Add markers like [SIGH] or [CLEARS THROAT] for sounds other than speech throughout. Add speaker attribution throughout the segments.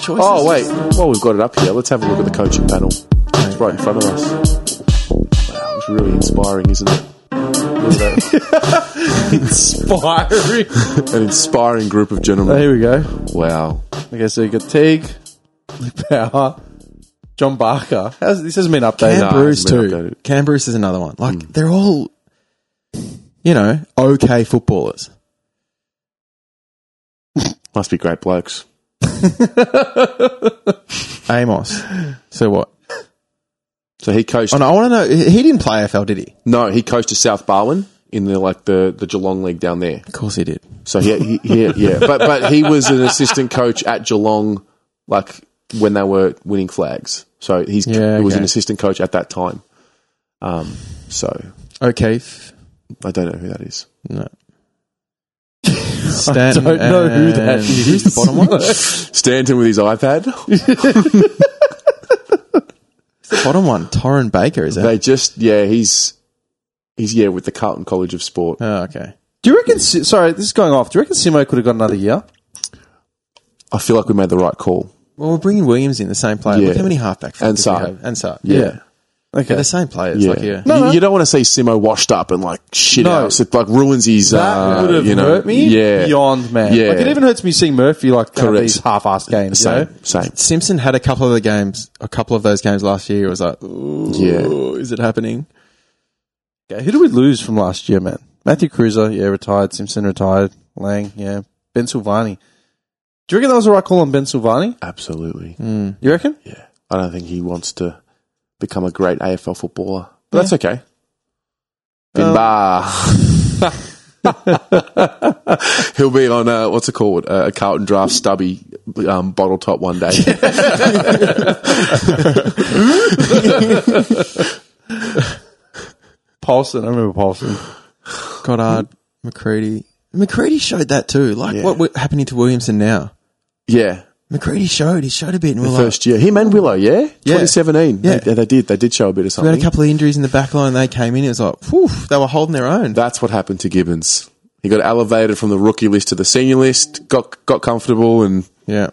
Speaker 1: choices.
Speaker 2: Oh, wait. Well, we've got it up here. Let's have a look at the coaching panel. It's right in front of us. Wow, it's really inspiring, isn't it? Look at that.
Speaker 1: [LAUGHS] Inspiring.
Speaker 2: An inspiring group of
Speaker 1: Oh,
Speaker 2: gentlemen.
Speaker 1: here we go.
Speaker 3: [LAUGHS]
Speaker 2: Wow.
Speaker 1: Okay, so you got Teague, Luke Power, John Barker. How's, this hasn't been updated.
Speaker 2: Nah,
Speaker 3: Cam Bruce
Speaker 2: it's been
Speaker 3: too.
Speaker 2: updated.
Speaker 3: Cam Bruce is another one. Like they're all, you know, okay footballers.
Speaker 2: Must be great blokes.
Speaker 3: Amos. So what?
Speaker 2: So he coached.
Speaker 3: Oh no, I want to know. He didn't play AFL, did he?
Speaker 2: No, he coached at South Barwon in the like the, the Geelong league down there.
Speaker 3: Of course he did.
Speaker 2: So he, he, he yeah, but but he was an assistant coach at Geelong, like when they were winning flags. So he's
Speaker 3: Yeah,
Speaker 2: he was
Speaker 3: okay.
Speaker 2: an assistant coach at that time. Um, so
Speaker 3: O'Keefe.
Speaker 2: I don't know who that is.
Speaker 3: No. Stanton.
Speaker 1: Don't know who that
Speaker 3: and-
Speaker 1: is.
Speaker 3: Who's the bottom one?
Speaker 2: Stanton with his iPad.
Speaker 3: bottom one. Torrin Baker is that?
Speaker 2: They just yeah, he's he's yeah with the Carlton College of Sport.
Speaker 3: Oh, okay.
Speaker 1: Do you reckon? Si- Sorry, this is going off. Do you reckon Simo could have got another year?
Speaker 2: I feel like we made the right call.
Speaker 3: Well, we're bringing Williams in the same player. Look
Speaker 2: Yeah.
Speaker 3: how many halfback
Speaker 2: And
Speaker 3: flags we
Speaker 2: Sarr.
Speaker 3: have. And Sarr.
Speaker 2: Yeah.
Speaker 1: Okay.
Speaker 3: They're the same players.
Speaker 2: Yeah.
Speaker 3: Like, yeah.
Speaker 2: You- You, don't want to see Simo washed up and like shit
Speaker 1: No.
Speaker 2: house. It like ruins his.
Speaker 1: that
Speaker 2: uh,
Speaker 1: would have
Speaker 2: you know,
Speaker 1: hurt me
Speaker 2: Yeah.
Speaker 1: beyond man.
Speaker 2: Yeah.
Speaker 1: Like it even hurts me seeing Murphy like have
Speaker 2: Correct.
Speaker 1: these half-ass games. You know?
Speaker 2: Same. Same.
Speaker 3: Simpson had a couple of the games, a couple of those games last year. It was like, ooh,
Speaker 2: Yeah.
Speaker 3: is it happening?
Speaker 1: Okay, who did we lose from last year, man? Matthew Cruiser, yeah, retired. Simpson retired. Lang, yeah. Ben Silvani. Do you reckon that was the right call on Ben Silvani?
Speaker 2: Absolutely.
Speaker 1: You reckon?
Speaker 2: Yeah. I don't think he wants to become a great AFL footballer. But that's okay.
Speaker 3: Um,
Speaker 2: Bimba. [LAUGHS] He'll be on uh, what's it called? Uh, a Carlton Draft stubby um, bottle top one day.
Speaker 1: Paulson, I remember Paulson.
Speaker 3: Goddard, McCready. McCready showed that too. Like
Speaker 2: Yeah.
Speaker 3: what what happening to Williamson now?
Speaker 2: yeah,
Speaker 3: McCready showed. He showed a bit. And we
Speaker 2: the
Speaker 3: were like,
Speaker 2: first year. Him and Willow. Yeah, twenty seventeen.
Speaker 3: Yeah.
Speaker 2: they, they did. They did show a bit of
Speaker 3: we
Speaker 2: something.
Speaker 3: had a couple of injuries in the back line. They came in. It was like, whew, they were holding their own.
Speaker 2: That's what happened to Gibbons. He got elevated from the rookie list to the senior list. Got got comfortable, and
Speaker 3: yeah.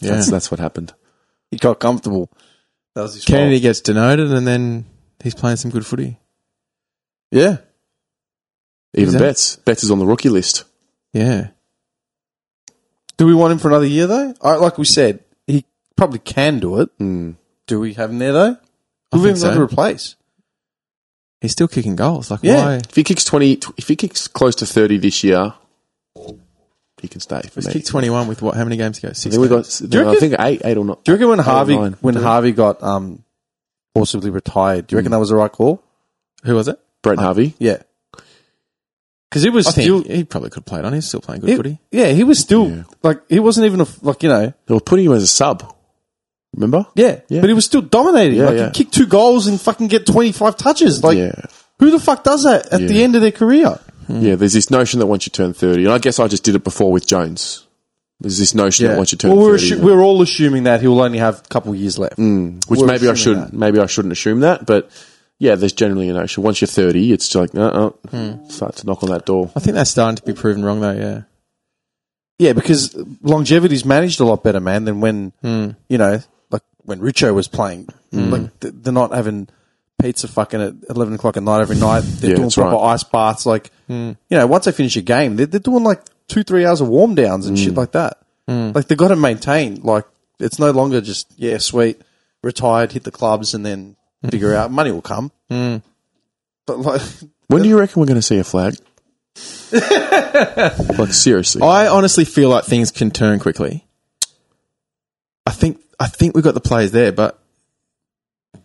Speaker 3: Yeah.
Speaker 2: that's that's what happened.
Speaker 1: He got comfortable. That was his
Speaker 3: Kennedy
Speaker 1: fault.
Speaker 3: gets denoted and then he's playing some good footy.
Speaker 1: Yeah.
Speaker 2: Even
Speaker 3: Exactly.
Speaker 2: Betts. Betts is on the rookie list.
Speaker 3: Yeah.
Speaker 1: Do we want him for another year though? All right, like we said, he probably can do it.
Speaker 2: Hmm.
Speaker 1: Do we have him there though?
Speaker 3: I
Speaker 1: Who
Speaker 3: think
Speaker 1: have we got to
Speaker 3: so.
Speaker 1: replace?
Speaker 3: He's still kicking goals. Like,
Speaker 1: Yeah.
Speaker 3: why?
Speaker 2: If he kicks twenty, if he kicks close to thirty this year, he can stay for
Speaker 3: He's
Speaker 2: me.
Speaker 3: kicked 21 with what? How many games ago?
Speaker 2: I
Speaker 3: Six.
Speaker 2: think we
Speaker 3: games.
Speaker 2: got.
Speaker 1: you
Speaker 2: no, I
Speaker 1: reckon-
Speaker 2: think eight, eight or not.
Speaker 1: Do you reckon when Harvey
Speaker 2: nine.
Speaker 1: when
Speaker 2: Yeah.
Speaker 1: Harvey got um forcibly retired, do you reckon that was the right call?
Speaker 3: Who was it?
Speaker 2: Brett
Speaker 1: Oh.
Speaker 2: Harvey.
Speaker 1: Yeah. Because he was
Speaker 3: I
Speaker 1: still
Speaker 3: think he probably could have played on. He's still playing good
Speaker 1: he-
Speaker 3: footy.
Speaker 1: yeah, he was still
Speaker 2: Yeah.
Speaker 1: like he wasn't even a f- like you know
Speaker 2: They were putting him as a sub. Remember?
Speaker 1: yeah,
Speaker 2: Yeah.
Speaker 1: but he was still dominating.
Speaker 2: Yeah,
Speaker 1: like
Speaker 2: yeah.
Speaker 1: he kicked two goals and fucking get twenty five touches. Like
Speaker 2: yeah.
Speaker 1: who the fuck does that at the
Speaker 2: Yeah.
Speaker 1: end of their career?
Speaker 2: Yeah. There's this notion that once you turn thirty, and I guess I just did it before with Jones. There's this notion that once you turn
Speaker 1: well, we're,
Speaker 2: thirty,
Speaker 1: assu- we're all assuming that he'll only have a couple years left.
Speaker 2: which
Speaker 1: we're
Speaker 2: maybe I
Speaker 1: assuming
Speaker 2: shouldn't.
Speaker 1: that.
Speaker 2: Maybe I shouldn't assume that, but. Yeah, there's generally a notion. Once you're 30, it's like, uh-uh,
Speaker 1: Hmm.
Speaker 2: start to knock on that door.
Speaker 3: I think that's starting to be proven wrong, though, yeah.
Speaker 1: Yeah, because longevity's managed a lot better, man, than when
Speaker 2: Hmm.
Speaker 1: you know, like when Richo was playing. Like th- they're not having pizza fucking at eleven o'clock at night every night. They're
Speaker 2: Yeah,
Speaker 1: doing
Speaker 2: that's
Speaker 1: proper
Speaker 2: right. Hmm.
Speaker 1: ice baths. Like you know, once they finish a game, they're, they're doing like two, three hours of warm downs
Speaker 2: Hmm.
Speaker 1: and shit like that. Like they've got to maintain. Like it's no longer just yeah, sweet, retired, hit the clubs, and then
Speaker 2: Hmm.
Speaker 1: figure out money will come. But like, [LAUGHS]
Speaker 2: When do you reckon we're going to see a flag? like seriously,
Speaker 3: I honestly feel like things can turn quickly. I think I think we've got the players there, but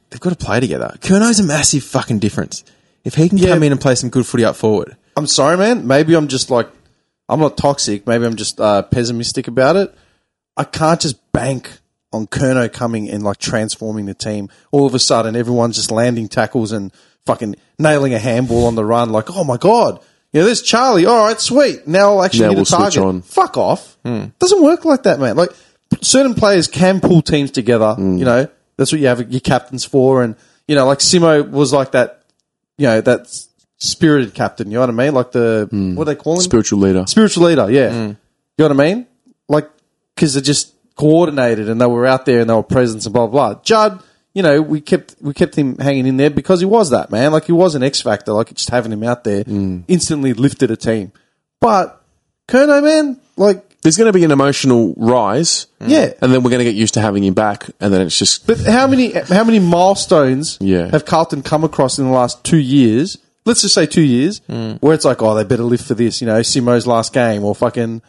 Speaker 3: they've got to play together. Kurno's a massive fucking difference. If he can come in and play some good footy up forward,
Speaker 1: I'm sorry, man. Maybe I'm just like, I'm not toxic. Maybe I'm just uh, pessimistic about it. I can't just bank on Kerno coming and like transforming the team. All of a sudden, everyone's just landing tackles and fucking nailing a handball on the run. Like, oh my god, you know, there's Charlie. All right, sweet. Now I'll actually
Speaker 2: Now
Speaker 1: hit
Speaker 2: we'll
Speaker 1: a target.
Speaker 2: switch on. Hmm.
Speaker 1: Fuck off. Doesn't work like that, man. Like certain players can pull teams together.
Speaker 2: Hmm.
Speaker 1: You know, that's what you have your captains for. And you know, like Simo was like that. You know that s- spirited captain. You know what I mean? Like the what do they call him?
Speaker 2: spiritual leader.
Speaker 1: spiritual leader. Yeah, you know what I mean? Like because they just coordinated and they were out there and they were presence and blah blah. blah. Judd, you know, we kept we kept him hanging in there because he was that man. Like he was an X factor. Like just having him out there instantly lifted a team. But Kerno, man, like
Speaker 2: There's going to be an emotional rise.
Speaker 1: yeah.
Speaker 2: And then we're going to get used to having him back. And then it's just.
Speaker 1: But how many how many milestones
Speaker 2: Yeah.
Speaker 1: have Carlton come across in the last two years? Let's just say two years, where it's like, oh, they better live for this, you know, Simo's last game or fucking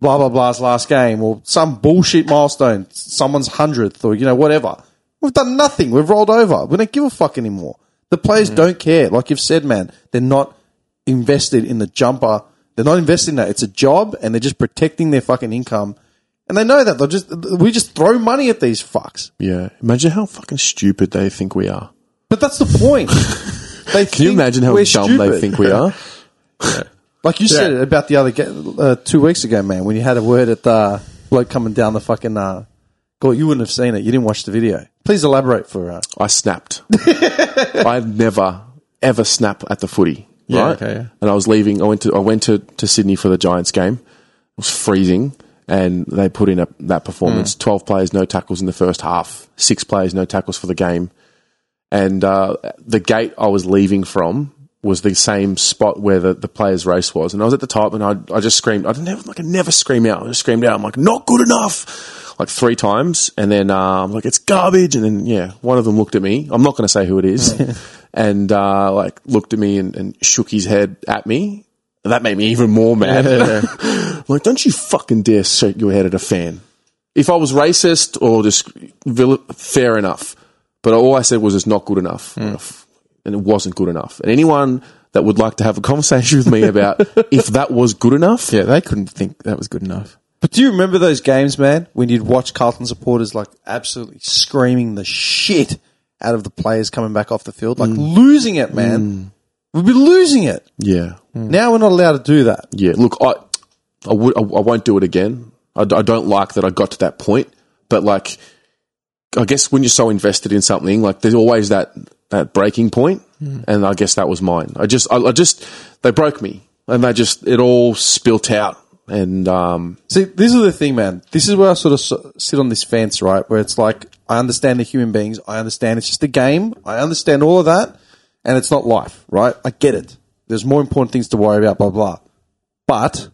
Speaker 1: blah blah blah's last game or some bullshit milestone, someone's hundredth or you know whatever. We've done nothing. We've rolled over. We don't give a fuck anymore. The players don't care. Like you've said, man, they're not invested in the jumper. They're not invested in that. It's a job, and they're just protecting their fucking income. And they know that they'll just we just throw money at these fucks.
Speaker 2: Yeah. Imagine how fucking stupid they think we are.
Speaker 1: But that's the [LAUGHS] point. They
Speaker 2: Can you imagine how dumb they think we
Speaker 3: [LAUGHS]
Speaker 2: are?
Speaker 1: Like you said
Speaker 3: Yeah.
Speaker 1: it about the other ga- uh, two weeks ago, man, when you had a word at the bloke coming down the fucking. Uh, God, you wouldn't have seen it. You didn't watch the video. Please elaborate for. Uh,
Speaker 2: I snapped. [LAUGHS] I never ever snap at the footy.
Speaker 3: Yeah,
Speaker 2: right?
Speaker 3: okay, yeah.
Speaker 2: And I was leaving. I went to I went to, to Sydney for the Giants game. It was freezing, and they put in a, that
Speaker 3: Mm.
Speaker 2: performance. Twelve players, no tackles in the first half. Six players, no tackles for the game. And uh, the gate I was leaving from was the same spot where the, the players' race was. And I was at the top, and I, I just screamed. I didn't have, like I never scream out. I just screamed out. I'm like, not good enough, like three times. And then uh, I'm like, it's garbage. And then yeah, one of them looked at me. I'm not going to say who it is, [LAUGHS] and uh, like looked at me and, and shook his head at me. And that made me even more mad. [LAUGHS] I'm like, don't you fucking dare shake your head at a fan. If I was racist or just vil- fair enough, but all I said was it's not good
Speaker 1: Hmm.
Speaker 2: enough, and it wasn't good enough. And anyone that would like to have a [LAUGHS] conversation with me about if that was good enough,
Speaker 3: Yeah, they couldn't think that was good enough.
Speaker 1: but do you remember those games, man, when you'd watch Carlton supporters like absolutely screaming the shit out of the players coming back off the field, like losing it, man. We'd be losing it.
Speaker 2: yeah,
Speaker 1: Now we're not allowed to do that.
Speaker 2: yeah. Look, I, I would, I, I won't do it again. I, d- I don't like that I got to that point, but like, I guess when you're so invested in something, like there's always that that breaking point,
Speaker 1: Hmm.
Speaker 2: and I guess that was mine. I just, I, I just, they broke me, and they just, it all spilt out, and um,
Speaker 1: See, this is the thing, man. This is where I sort of s- sit on this fence, right? Where it's like, I understand the human beings. I understand it's just a game. I understand all of that. And it's not life, right? I get it. There's more important things to worry about, blah, blah. But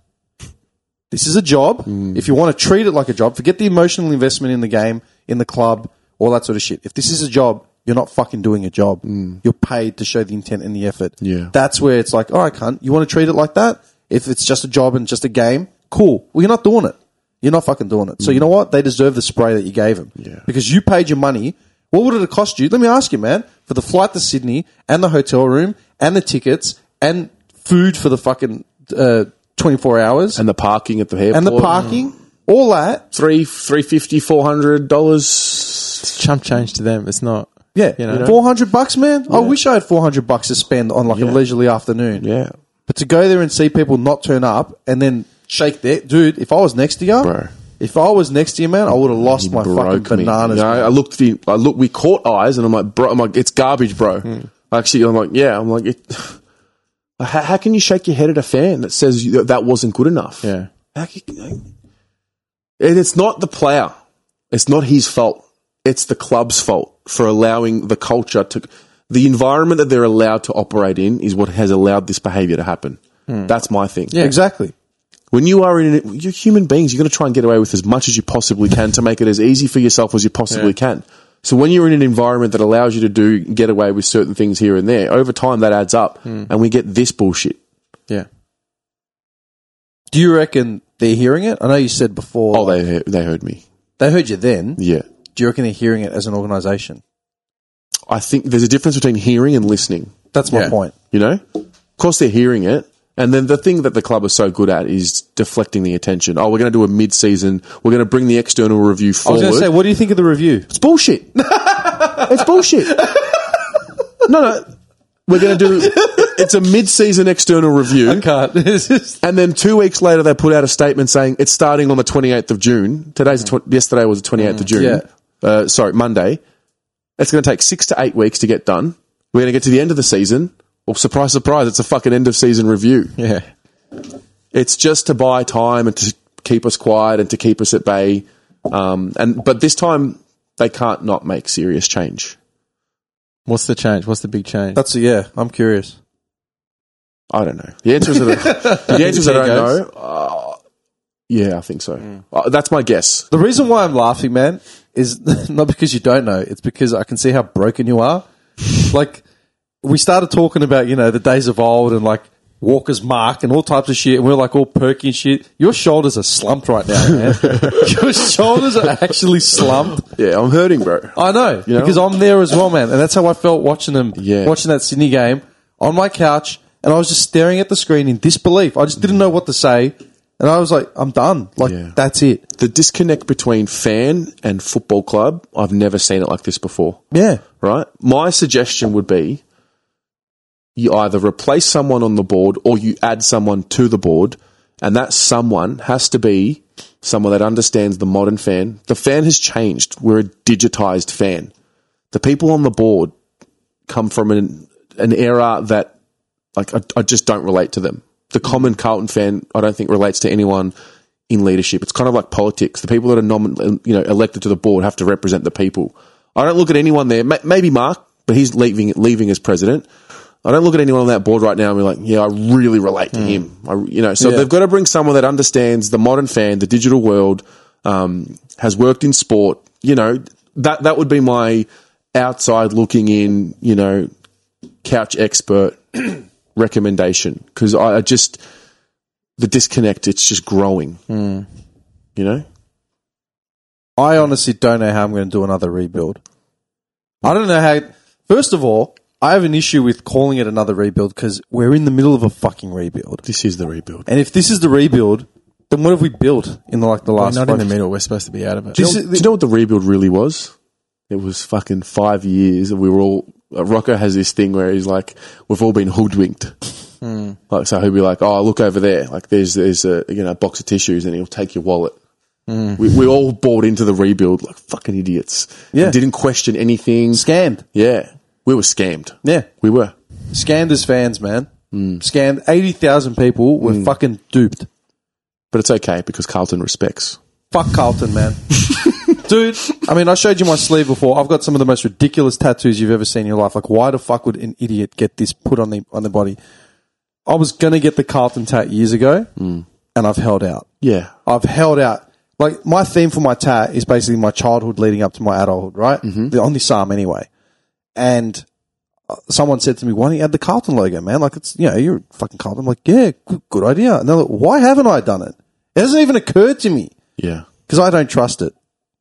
Speaker 1: this is a job.
Speaker 2: Mm.
Speaker 1: If you want to treat it like a job, forget the emotional investment in the game, in the club, all that sort of shit. If this is a job, you're not fucking doing a job. You're paid to show the intent and the effort.
Speaker 2: Mm. Yeah.
Speaker 1: That's where it's like, all right, cunt, you want to treat it like that? If it's just a job and just a game, cool. Well, you're not doing it. You're not fucking doing it. So you know what? They deserve the spray that you gave them.
Speaker 2: Mm. Yeah.
Speaker 1: Because you paid your money. What would it have cost you? Let me ask you, man, for the flight to Sydney and the hotel room and the tickets and food for the fucking uh, 24 hours
Speaker 2: and the parking at the airport,
Speaker 1: and the parking, all that.
Speaker 2: three three fifty four hundred dollars.
Speaker 3: Chump change to them. It's not.
Speaker 1: Yeah,
Speaker 3: You know?
Speaker 1: four hundred bucks, man. I wish I had four hundred bucks to spend on like a leisurely afternoon.
Speaker 2: Yeah,
Speaker 1: But to go there and see people not turn up and then shake their dude. If I was next to you,
Speaker 2: Bro.
Speaker 1: if I was next to you, man, I would have lost my fucking
Speaker 2: broke me.
Speaker 1: bananas.
Speaker 2: You know,
Speaker 1: man.
Speaker 2: I looked the I look. We caught eyes, and I'm like, bro. I'm like, it's garbage, bro. Actually, I'm like, yeah. I'm like, it, [LAUGHS] how, how can you shake your head at a fan that says you, that wasn't good enough?
Speaker 3: Yeah.
Speaker 2: How can you- and it's not the player. It's not his fault. It's the club's fault for allowing the culture to. The environment that they're allowed to operate in is what has allowed this behavior to happen. That's my thing.
Speaker 3: Yeah.
Speaker 1: Exactly.
Speaker 2: When you are in, an, you're human beings. You're going to try and get away with as much as you possibly can to make it as easy for yourself as you possibly can. So when you're in an environment that allows you to do get away with certain things here and there, over time that adds up, and we get this bullshit.
Speaker 3: Yeah.
Speaker 1: Do you reckon they're hearing it? I know you said before
Speaker 2: Oh, they he- they heard me.
Speaker 1: they heard you then.
Speaker 2: Yeah,
Speaker 1: Do you reckon they're hearing it as an organisation?
Speaker 2: I think there's a difference between hearing and listening.
Speaker 1: That's my
Speaker 3: Yeah.
Speaker 1: point.
Speaker 2: You know, of course they're hearing it, and then the thing that the club is so good at is deflecting the attention. Oh, we're going to do a mid-season. We're going to bring the external review
Speaker 1: I was
Speaker 2: forward.
Speaker 1: going to say, what do you think of the review?
Speaker 2: It's bullshit. it's bullshit. No, no. We're going to do. It's a mid-season external review,
Speaker 1: can't.
Speaker 2: and then two weeks later they put out a statement saying it's starting on the 28th of June. Today's the tw- yesterday was the 28th of June.
Speaker 1: Yeah.
Speaker 2: Uh, sorry, Monday. It's going to take six to eight weeks to get done. We're going to get to the end of the season. Well, surprise, surprise! It's a fucking end of season review.
Speaker 3: Yeah.
Speaker 2: It's just to buy time and to keep us quiet and to keep us at bay. Um, and but this time they can't not make serious change.
Speaker 3: What's the change? What's the big change?
Speaker 1: [LAUGHS] That's yeah. I'm curious.
Speaker 2: I don't know. The answer is that [LAUGHS] I, the answer is that I don't know. Uh, yeah, I think so. Uh, that's my guess.
Speaker 1: The reason why I'm laughing, man, is [LAUGHS] not because you don't know. It's because I can see how broken you are. like we started talking about you know the days of old and like Walker's Mark and all types of shit, and we're like all perky and shit. Your shoulders are slumped right now,
Speaker 2: [LAUGHS]
Speaker 1: man. Your shoulders are actually slumped.
Speaker 2: Yeah, I'm hurting, bro.
Speaker 1: I know, because I'm there as well, man, and that's how I felt watching them.
Speaker 2: Yeah.
Speaker 1: watching that Sydney game on my couch, and I was just staring at the screen in disbelief. I just didn't know what to say, and I was like, "I'm done. Like
Speaker 2: Yeah.
Speaker 1: that's it."
Speaker 2: The disconnect between fan and football club, I've never seen it like this before.
Speaker 1: Yeah,
Speaker 2: right? My suggestion would be you either replace someone on the board or you add someone to the board, and that someone has to be someone that understands the modern fan. The fan has changed. We're a digitized fan. The people on the board come from an an era that like I, I just don't relate to them. The common Carlton fan, I don't think relates to anyone in leadership. It's kind of like politics. The people that are nomin- you know elected to the board have to represent the people. I don't look at anyone there. Ma- Maybe Mark, but he's leaving leaving as president. I don't look at anyone on that board right now and be like, yeah, I really relate to him. I, you know, so they've got to bring someone that understands the modern fan, the digital world, um, has worked in sport. You know, that that would be my outside looking in. You know, couch expert recommendation because I, I just the disconnect. It's just growing. You know,
Speaker 1: I honestly don't know how I'm going to do another rebuild. I don't know how. First of all, I have an issue with calling it another rebuild because we're in the middle of a fucking rebuild.
Speaker 2: this is the rebuild.
Speaker 1: And if this is the rebuild, then what have we built in like the
Speaker 3: We're
Speaker 1: last?
Speaker 3: not in the
Speaker 1: five-
Speaker 3: middle. We're supposed to be out of it.
Speaker 1: This
Speaker 2: Do
Speaker 1: is-
Speaker 2: you know what the rebuild really was? It was fucking five years, and we were all. Uh, Rocco has this thing where he's like, "We've all been hoodwinked." Like, so he'll be like, "Oh, look over there! Like, there's there's a you know a box of tissues, and he'll take your wallet." We, we all bought into the rebuild like fucking idiots.
Speaker 1: Yeah.
Speaker 2: And didn't question anything.
Speaker 1: scammed.
Speaker 2: yeah, we were scammed.
Speaker 1: Yeah,
Speaker 2: We were.
Speaker 1: scammed as fans, man.
Speaker 3: Hmm.
Speaker 1: Scammed. Eighty thousand people were fucking duped.
Speaker 2: But it's okay because Carlton respects.
Speaker 1: Fuck Carlton, man. Dude, I mean, I showed you my sleeve before. I've got some of the most ridiculous tattoos you've ever seen in your life. Like, why the fuck would an idiot get this put on the on the body? I was gonna get the Carlton tat years ago, and I've held out.
Speaker 2: Yeah.
Speaker 1: I've held out. Like my theme for my tat is basically my childhood leading up to my adulthood, right? The, on this arm, anyway. And uh, someone said to me, "Why don't you add the Carlton logo, man? Like it's you know you're fucking Carlton." I'm like, "Yeah, good, good idea." And they're like, "Why haven't I done it? It hasn't even occurred to me."
Speaker 2: Yeah.
Speaker 1: because I don't trust it.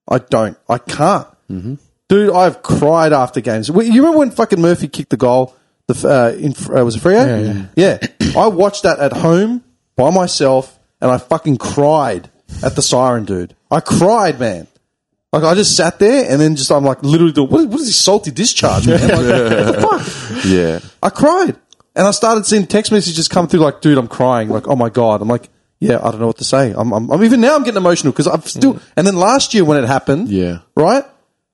Speaker 1: I don't. I can't. Mm-hmm. Dude, I've cried after games. Wait, You remember when fucking Murphy kicked the goal? The f- uh, in, f- uh, was it Frio? Yeah, I watched that at home by myself, and I fucking cried at the siren, dude. I cried, man. Like I just sat there, and then just I'm like, literally, the, what, what is this salty discharge, man? Like, [LAUGHS] what the fuck?
Speaker 2: Yeah.
Speaker 1: I cried. And I started seeing text messages come through like, dude, I'm crying. Like, oh my God. I'm like, yeah, I don't know what to say. I'm, I'm, I'm even now I'm getting emotional because I'm still. And then last year when it happened,
Speaker 2: Yeah.
Speaker 1: right?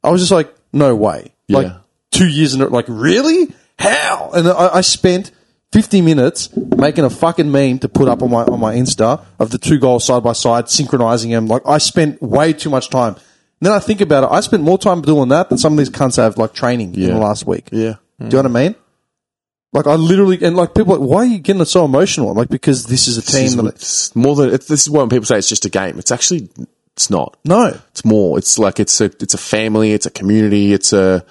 Speaker 1: I was just like, no way. Like,
Speaker 2: Yeah.
Speaker 1: two years in a like, really? How? And I, I spent 50 minutes making a fucking meme to put up on my, on my Insta of the two goals side by side, synchronizing them. Like, I spent way too much time. And then I think about it. I spent more time doing that than some of these cunts have like training in
Speaker 2: Yeah.
Speaker 1: the last week.
Speaker 2: Yeah.
Speaker 1: Do you know what I mean? Like I literally and like people are like, why are you getting so emotional? I'm like because this is a
Speaker 2: This is,
Speaker 1: team that
Speaker 2: it's more than it's, this is why when people say it's just a game. It's actually it's not.
Speaker 1: no,
Speaker 2: It's more. It's like it's a it's a family. It's a community. It's a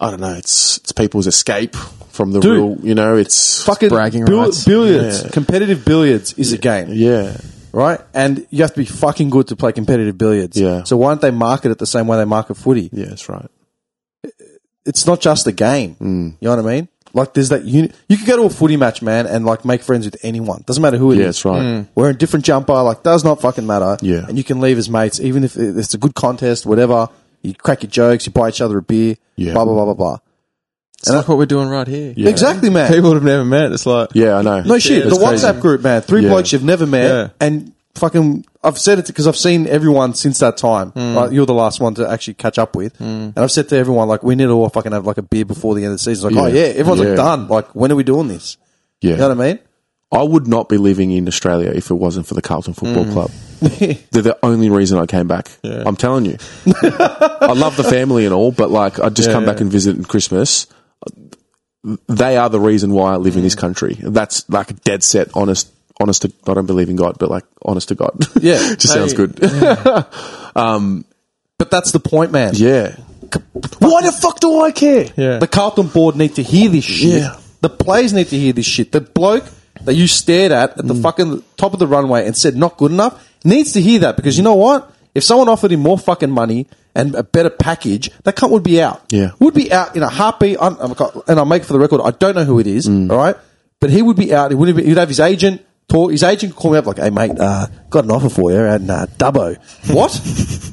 Speaker 2: I don't know. It's it's people's escape from the
Speaker 1: Dude.
Speaker 2: real. You know. It's
Speaker 1: fucking
Speaker 3: bragging
Speaker 1: bill-
Speaker 3: rights.
Speaker 1: billiards, competitive billiards is a game,
Speaker 2: yeah.
Speaker 1: right? And you have to be fucking good to play competitive billiards.
Speaker 2: Yeah.
Speaker 1: So why don't they market it the same way they market footy?
Speaker 2: Yeah. That's right.
Speaker 1: It's not just a game.
Speaker 2: Hmm.
Speaker 1: Mm. You know what I mean? Like there's that uni- you could go to a footy match, man, and like make friends with anyone. Doesn't matter who it is.
Speaker 2: Yeah. That's right.
Speaker 1: wearing different jumper, like does not fucking matter.
Speaker 2: Yeah.
Speaker 1: And you can leave as mates, even if it's a good contest, whatever. You crack your jokes, you buy each other a beer,
Speaker 2: Yeah.
Speaker 1: blah blah blah blah blah.
Speaker 3: It's like what we're doing right here.
Speaker 2: Yeah.
Speaker 1: Exactly,
Speaker 3: [LAUGHS]
Speaker 1: man.
Speaker 3: People would have never met. It's like
Speaker 2: Yeah. I know.
Speaker 1: no shit.
Speaker 3: Yeah,
Speaker 1: the
Speaker 3: it's
Speaker 1: WhatsApp
Speaker 3: crazy.
Speaker 1: group, man. Three
Speaker 2: Yeah.
Speaker 1: blokes you've never met,
Speaker 3: Yeah.
Speaker 1: and fucking. I've said it because I've seen everyone since that time. Right? You're the last one to actually catch up with, and I've said to everyone like, we need to all fucking have like a beer before the end of the season. Like, oh yeah,
Speaker 2: Yeah.
Speaker 1: everyone's
Speaker 2: Yeah.
Speaker 1: like done. Like, when are we doing this?
Speaker 2: Yeah.
Speaker 1: You know what I mean?
Speaker 2: I would not be living in Australia if it wasn't for the Carlton Football Club. [LAUGHS] They're the only reason I came back. I'm telling you. I love the family and all, but like I just come back and visit in Christmas. They are the reason why I live in this country. That's like dead set honest. Honest to, I don't believe in God, but like honest to [LAUGHS] God.
Speaker 1: Yeah.
Speaker 2: just sounds
Speaker 1: Hey.
Speaker 2: good. [LAUGHS]
Speaker 1: But that's the point, man.
Speaker 2: Yeah. Why the fuck do I care?
Speaker 3: Yeah.
Speaker 1: The Carlton board need to hear this shit.
Speaker 2: Yeah.
Speaker 1: The players need to hear this shit. The bloke that you stared at at the
Speaker 2: Mm.
Speaker 1: fucking top of the runway and said not good enough needs to hear that because you know what? If someone offered him more fucking money and a better package, that cunt would be out.
Speaker 2: Yeah.
Speaker 1: Would be out in a heartbeat. I'm, I'm, and I'll make for the record, I don't know who it is, all right? But he would be out. He wouldn't be, he'd have his agent. Talk, his agent could call me up like, "Hey mate, uh, got an offer for you at uh, Dubbo." What?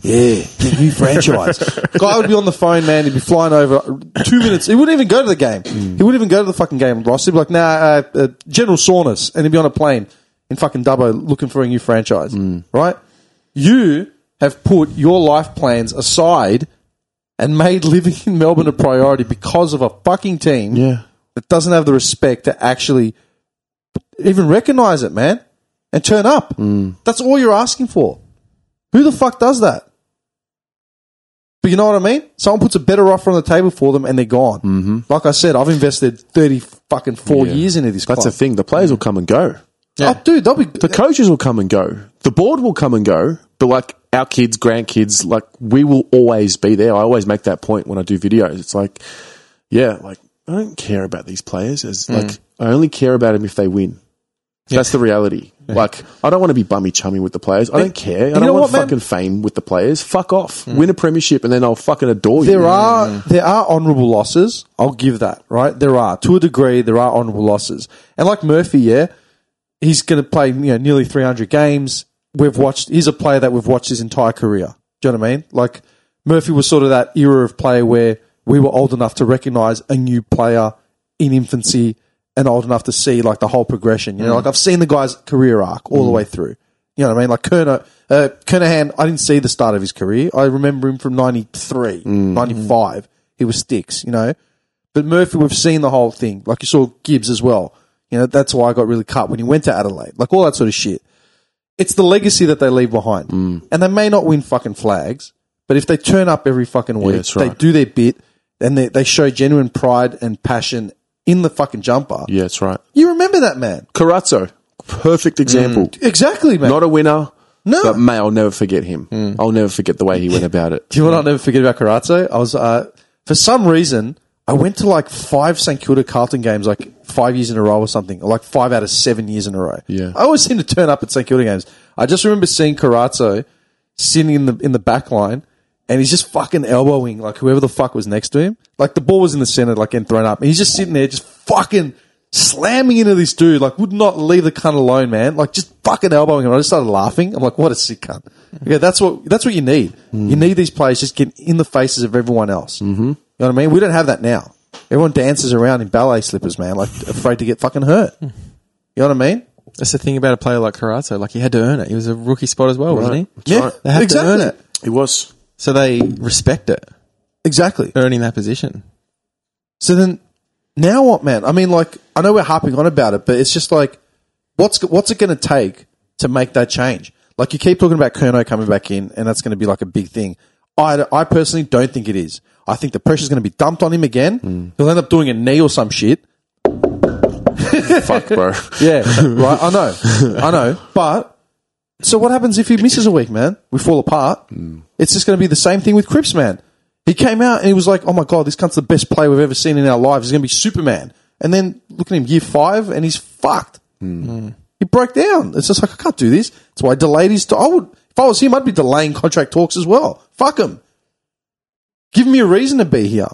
Speaker 1: Yeah, the new franchise. Guy would be on the phone, man. He'd be flying over two minutes. He wouldn't even go to the game. He wouldn't even go to the fucking game, Ross. He'd be like, nah, uh, uh, General Saunders. And he'd be on a plane in fucking Dubbo looking for a new franchise. Right? You have put your life plans aside and made living in Melbourne a priority because of a fucking team
Speaker 2: Yeah.
Speaker 1: that doesn't have the respect to actually even recognize it, man, and turn up.
Speaker 2: Mm.
Speaker 1: That's all you're asking for. Who the fuck does that? But you know what I mean? Someone puts a better offer on the table for them and they're gone. Mm-hmm. Like I said, I've invested 30 fucking four
Speaker 2: Yeah.
Speaker 1: years into this
Speaker 2: That's the
Speaker 1: club.
Speaker 2: thing. The players will come and go.
Speaker 1: Oh, dude, they'll be.
Speaker 2: The coaches will come and go. The board will come and go. But like our kids, grandkids, like we will always be there. I always make that point when I do videos. It's like, yeah, like I don't care about these players. As
Speaker 1: Mm.
Speaker 2: like I only care about them if they win. That's the reality. Like I don't want to be bummy chummy with the players. I don't care. I
Speaker 1: know
Speaker 2: don't want
Speaker 1: what, man? Mm.
Speaker 2: fucking fame with the players. Fuck off. Win a premiership and then I'll fucking adore you.
Speaker 1: there
Speaker 2: Mm.
Speaker 1: are there are honourable losses. I'll give that right. There are to a degree. There are honourable losses, and like Murphy, yeah, he's going to play you know nearly three hundred games. We've watched. He's a player that we've watched his entire career. Do you know what I mean? Like Murphy was sort of that era of player where we were old enough to recognise a new player in infancy and old enough to see like the whole progression. You know, like I've seen the guy's career arc all the way through. You know what I mean? Like Kerner, uh, Kernahan, I didn't see the start of his career. I remember him from 93, 95. He was sticks, you know. But Murphy, we've seen the whole thing. Like you saw Gibbs as well. You know, that's why I got really cut when he went to Adelaide. Like all that sort of shit. It's the legacy that they leave behind.
Speaker 2: Mm.
Speaker 1: And they may not win fucking flags, but if they turn up every fucking week,
Speaker 2: that's right.
Speaker 1: they do their bit and they, they show genuine pride and passion in the fucking jumper.
Speaker 2: Yeah, that's right.
Speaker 1: You remember that man.
Speaker 2: Carazzo, perfect example.
Speaker 1: Exactly, man.
Speaker 2: Not a winner.
Speaker 1: Mm. No. Mm.
Speaker 2: But may I'll never forget him. I'll never forget the way he went about it.
Speaker 1: Do you know what I'll never forget about Carazzo? I was, uh, for some reason, I went to like five St Kilda Carlton games, like five years in a row or something, or like five out of seven years in a row.
Speaker 2: Yeah.
Speaker 1: I always seem to turn up at St Kilda games. I just remember seeing Carazzo sitting in the in the back line, and he's just fucking elbowing like whoever the fuck was next to him. Like the ball was in the center, like getting thrown up, and he's just sitting there, just fucking slamming into this dude. Like would not leave the cunt alone, man. Like just fucking elbowing him. And I just started laughing. I'm like, what a sick cunt. Yeah, that's what that's what you need. You need these players just getting in the faces of everyone else. Mm-hmm. You know what I mean? We don't have that now. Everyone dances around in ballet slippers, man, like afraid to get fucking hurt. You know what I mean?
Speaker 3: That's the thing about a player like Carazzo. Like he had to earn it. He was a rookie spot as well, wasn't he?
Speaker 1: yeah,
Speaker 2: right.
Speaker 3: They had
Speaker 1: exactly.
Speaker 3: to earn it.
Speaker 2: He was.
Speaker 3: So they respect it,
Speaker 1: Exactly.
Speaker 3: earning that position.
Speaker 1: So then, now what, man? I mean, like, I know we're harping on about it, but it's just like, what's what's it going to take to make that change? Like, you keep talking about Kerno coming back in, and that's going to be like a big thing. I, I personally don't think it is. I think the pressure's going to be dumped on him again. He'll end up doing a knee or some shit. [LAUGHS]
Speaker 2: Fuck, bro. [LAUGHS]
Speaker 1: Yeah, right. I know, I know. But so what happens if he misses a week, man? We fall apart. It's just going to be the same thing with Cripps, man. He came out and he was like, "Oh my god, this cunt's the best player we've ever seen in our lives. He's going to be Superman." And then look at him, year five, and he's fucked. Mm. He broke down. It's just like I can't do this. That's why I delayed his. I would, if I was him, I'd be delaying contract talks as well. Fuck him. Give me a reason to be here.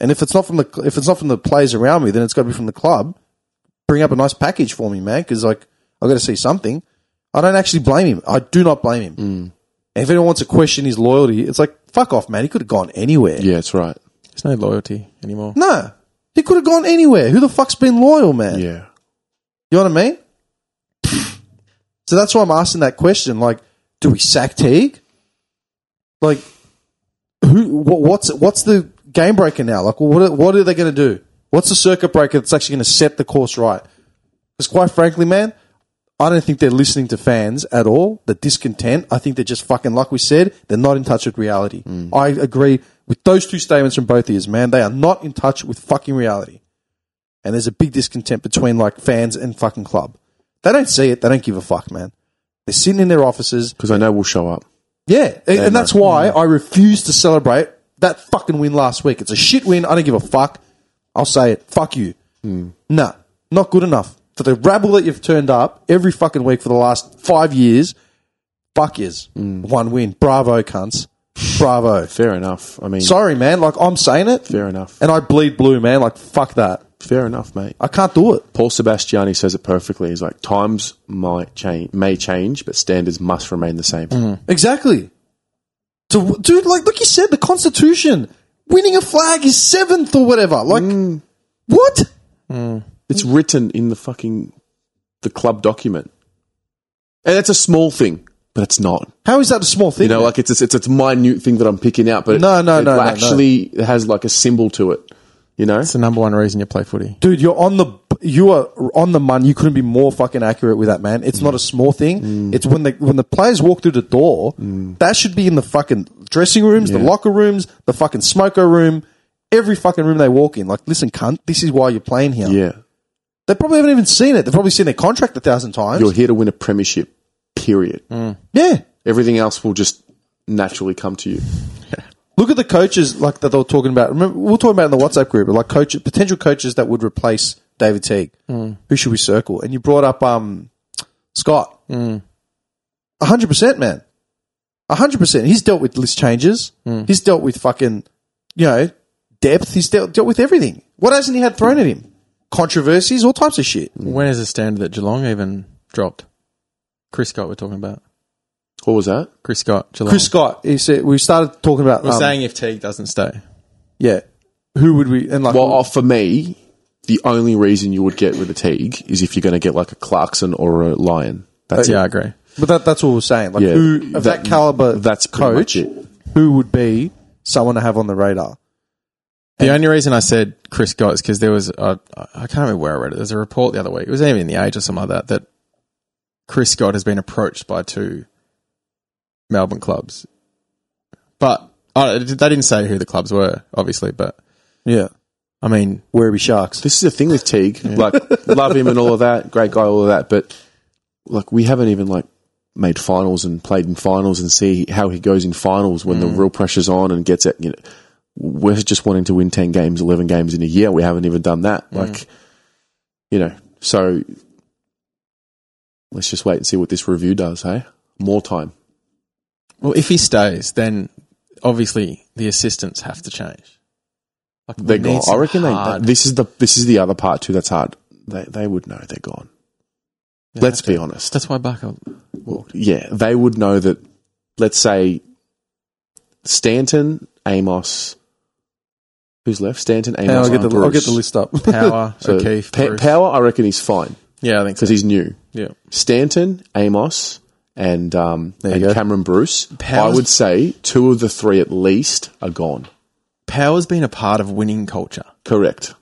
Speaker 1: And if it's not from the if it's not from the players around me, then it's got to be from the club bring up a nice package for me, man, because like I got to see something. I don't actually blame him. I do not blame him.
Speaker 2: Mm.
Speaker 1: And if anyone wants to question his loyalty, it's like fuck off, man. He could have gone anywhere.
Speaker 2: Yeah, that's right.
Speaker 3: There's no loyalty anymore.
Speaker 1: No, he could have gone anywhere. Who the fuck's been loyal, man?
Speaker 2: Yeah.
Speaker 1: You know what I mean? so that's why I'm asking that question. Like, do we sack Teague? Like, who? What, what's what's the game breaker now? Like, what are, what are they going to do? What's the circuit breaker that's actually going to set the course right? Because quite frankly, man, I don't think they're listening to fans at all. The discontent. I think they're just fucking, like we said, they're not in touch with reality. I agree with those two statements from both ears, man. They are not in touch with fucking reality. And there's a big discontent between like fans and fucking club. They don't see it. They don't give a fuck, man. They're sitting in their offices.
Speaker 2: because I know we'll show up.
Speaker 1: Yeah, and, and that's why I refuse to celebrate that fucking win last week. It's a shit win. I don't give a fuck. I'll say it. Fuck you. Nah, not good enough. For the rabble that you've turned up every fucking week for the last five years, fuck is one win. Bravo, cunts. Bravo.
Speaker 2: Fair enough. I mean,
Speaker 1: Sorry, man. Like, I'm saying it,
Speaker 2: fair enough.
Speaker 1: and I bleed blue, man. Like, fuck that.
Speaker 2: Fair enough, mate.
Speaker 1: I can't do it.
Speaker 2: Paul Sebastiani says it perfectly. He's like, times might change, may change, but standards must remain the same.
Speaker 1: Mm-hmm. Exactly. To, dude, like like you said, the Constitution winning a flag is seventh or whatever. Like,
Speaker 2: Mm.
Speaker 1: what?
Speaker 2: It's written in the fucking the club document, and it's a small thing, but it's not.
Speaker 1: How is that a small thing?
Speaker 2: You know, like it's it's, it's it's a minute thing that I'm picking out, but
Speaker 1: No,
Speaker 2: it,
Speaker 1: no,
Speaker 2: it
Speaker 1: no, no,
Speaker 2: actually has like a symbol to it. You know,
Speaker 3: It's the number one reason you play footy.
Speaker 1: dude, you're on the you are on the money. You couldn't be more fucking accurate with that, man. It's not a small thing.
Speaker 2: Mm.
Speaker 1: It's when the when the players walk through the door, that should be in the fucking dressing rooms, the locker rooms, the fucking smoker room, every fucking room they walk in. Like, listen, cunt, this is why you're playing here.
Speaker 2: yeah,
Speaker 1: They probably haven't even seen it. They've probably seen their contract a thousand times.
Speaker 2: you're here to win a premiership. Period.
Speaker 1: yeah.
Speaker 2: Everything else will just naturally come to you.
Speaker 1: Look at the coaches like that they were talking about. Remember, we were talking about in the WhatsApp group, like coach, potential coaches that would replace David Teague.
Speaker 3: Mm.
Speaker 1: Who should we circle? And you brought up um, Scott.
Speaker 3: Mm.
Speaker 1: hundred percent, man. hundred percent. He's dealt with list changes.
Speaker 3: Mm.
Speaker 1: He's dealt with fucking, you know, depth. He's dealt, dealt with everything. What hasn't he had thrown at him? Controversies, all types of shit.
Speaker 3: When is the standard that Geelong even dropped? Chris Scott, we're talking about.
Speaker 2: What was that?
Speaker 3: Chris Scott, Geelong.
Speaker 1: Chris Scott. He said we started talking about.
Speaker 3: we're
Speaker 1: um,
Speaker 3: saying if Teague doesn't stay.
Speaker 1: yeah. Who would we? And like,
Speaker 2: Well, uh, for me, the only reason you would get with a Teague is if you're going to get like a Clarkson or a Lion. That's
Speaker 3: Yeah, I
Speaker 2: it.
Speaker 3: agree.
Speaker 1: But that, that's what we're saying. Like
Speaker 2: Yeah.
Speaker 1: who of that,
Speaker 2: That-
Speaker 1: caliber,
Speaker 2: that's pretty
Speaker 1: coach,
Speaker 2: much it.
Speaker 1: who would be someone to have on the radar?
Speaker 3: The only reason I said Chris Scott is because there was a, I can't remember where I read it. There was a report the other week. It was even in the Age or something like that that Chris Scott has been approached by two Melbourne clubs, but uh, they didn't say who the clubs were, obviously. But
Speaker 1: Yeah,
Speaker 3: I mean,
Speaker 1: Werribee Sharks.
Speaker 2: This is the thing with Teague. Like, love him and all of that. Great guy, all of that. But like, we haven't even like made finals and played in finals and see how he goes in finals when the
Speaker 3: Mm.
Speaker 2: real pressure's on and gets it. You know, we're just wanting to win ten games, eleven games in a year. We haven't even done
Speaker 3: Mm.
Speaker 2: that. Like, you know, so let's just wait and see what this review does. Hey, more time.
Speaker 3: well, if he stays, then obviously the assistants have to change. Like we
Speaker 2: They're
Speaker 3: need
Speaker 2: gone. I
Speaker 3: some
Speaker 2: reckon they,
Speaker 3: hard-
Speaker 2: this is the this is the other part too that's hard. They they would know they're gone.
Speaker 3: they
Speaker 2: Let's
Speaker 3: have to-
Speaker 2: be honest.
Speaker 3: That's why Barker.
Speaker 2: Well, yeah, they would know that. Let's say Stanton, Amos, who's left? Stanton, Amos,
Speaker 1: And I'll get the
Speaker 2: Bruce.
Speaker 1: I'll get the list up.
Speaker 3: Power,
Speaker 2: So
Speaker 3: O'Keefe,
Speaker 2: Pa-
Speaker 3: Bruce.
Speaker 2: Power, I reckon he's fine
Speaker 3: yeah, I think so.
Speaker 2: because he's new.
Speaker 3: Yeah.
Speaker 2: Stanton, Amos, and um, and
Speaker 1: you go.
Speaker 2: Cameron Bruce. I
Speaker 3: Powers-
Speaker 2: would say two of the three at least are gone.
Speaker 3: Power's been a part of winning culture.
Speaker 2: Correct.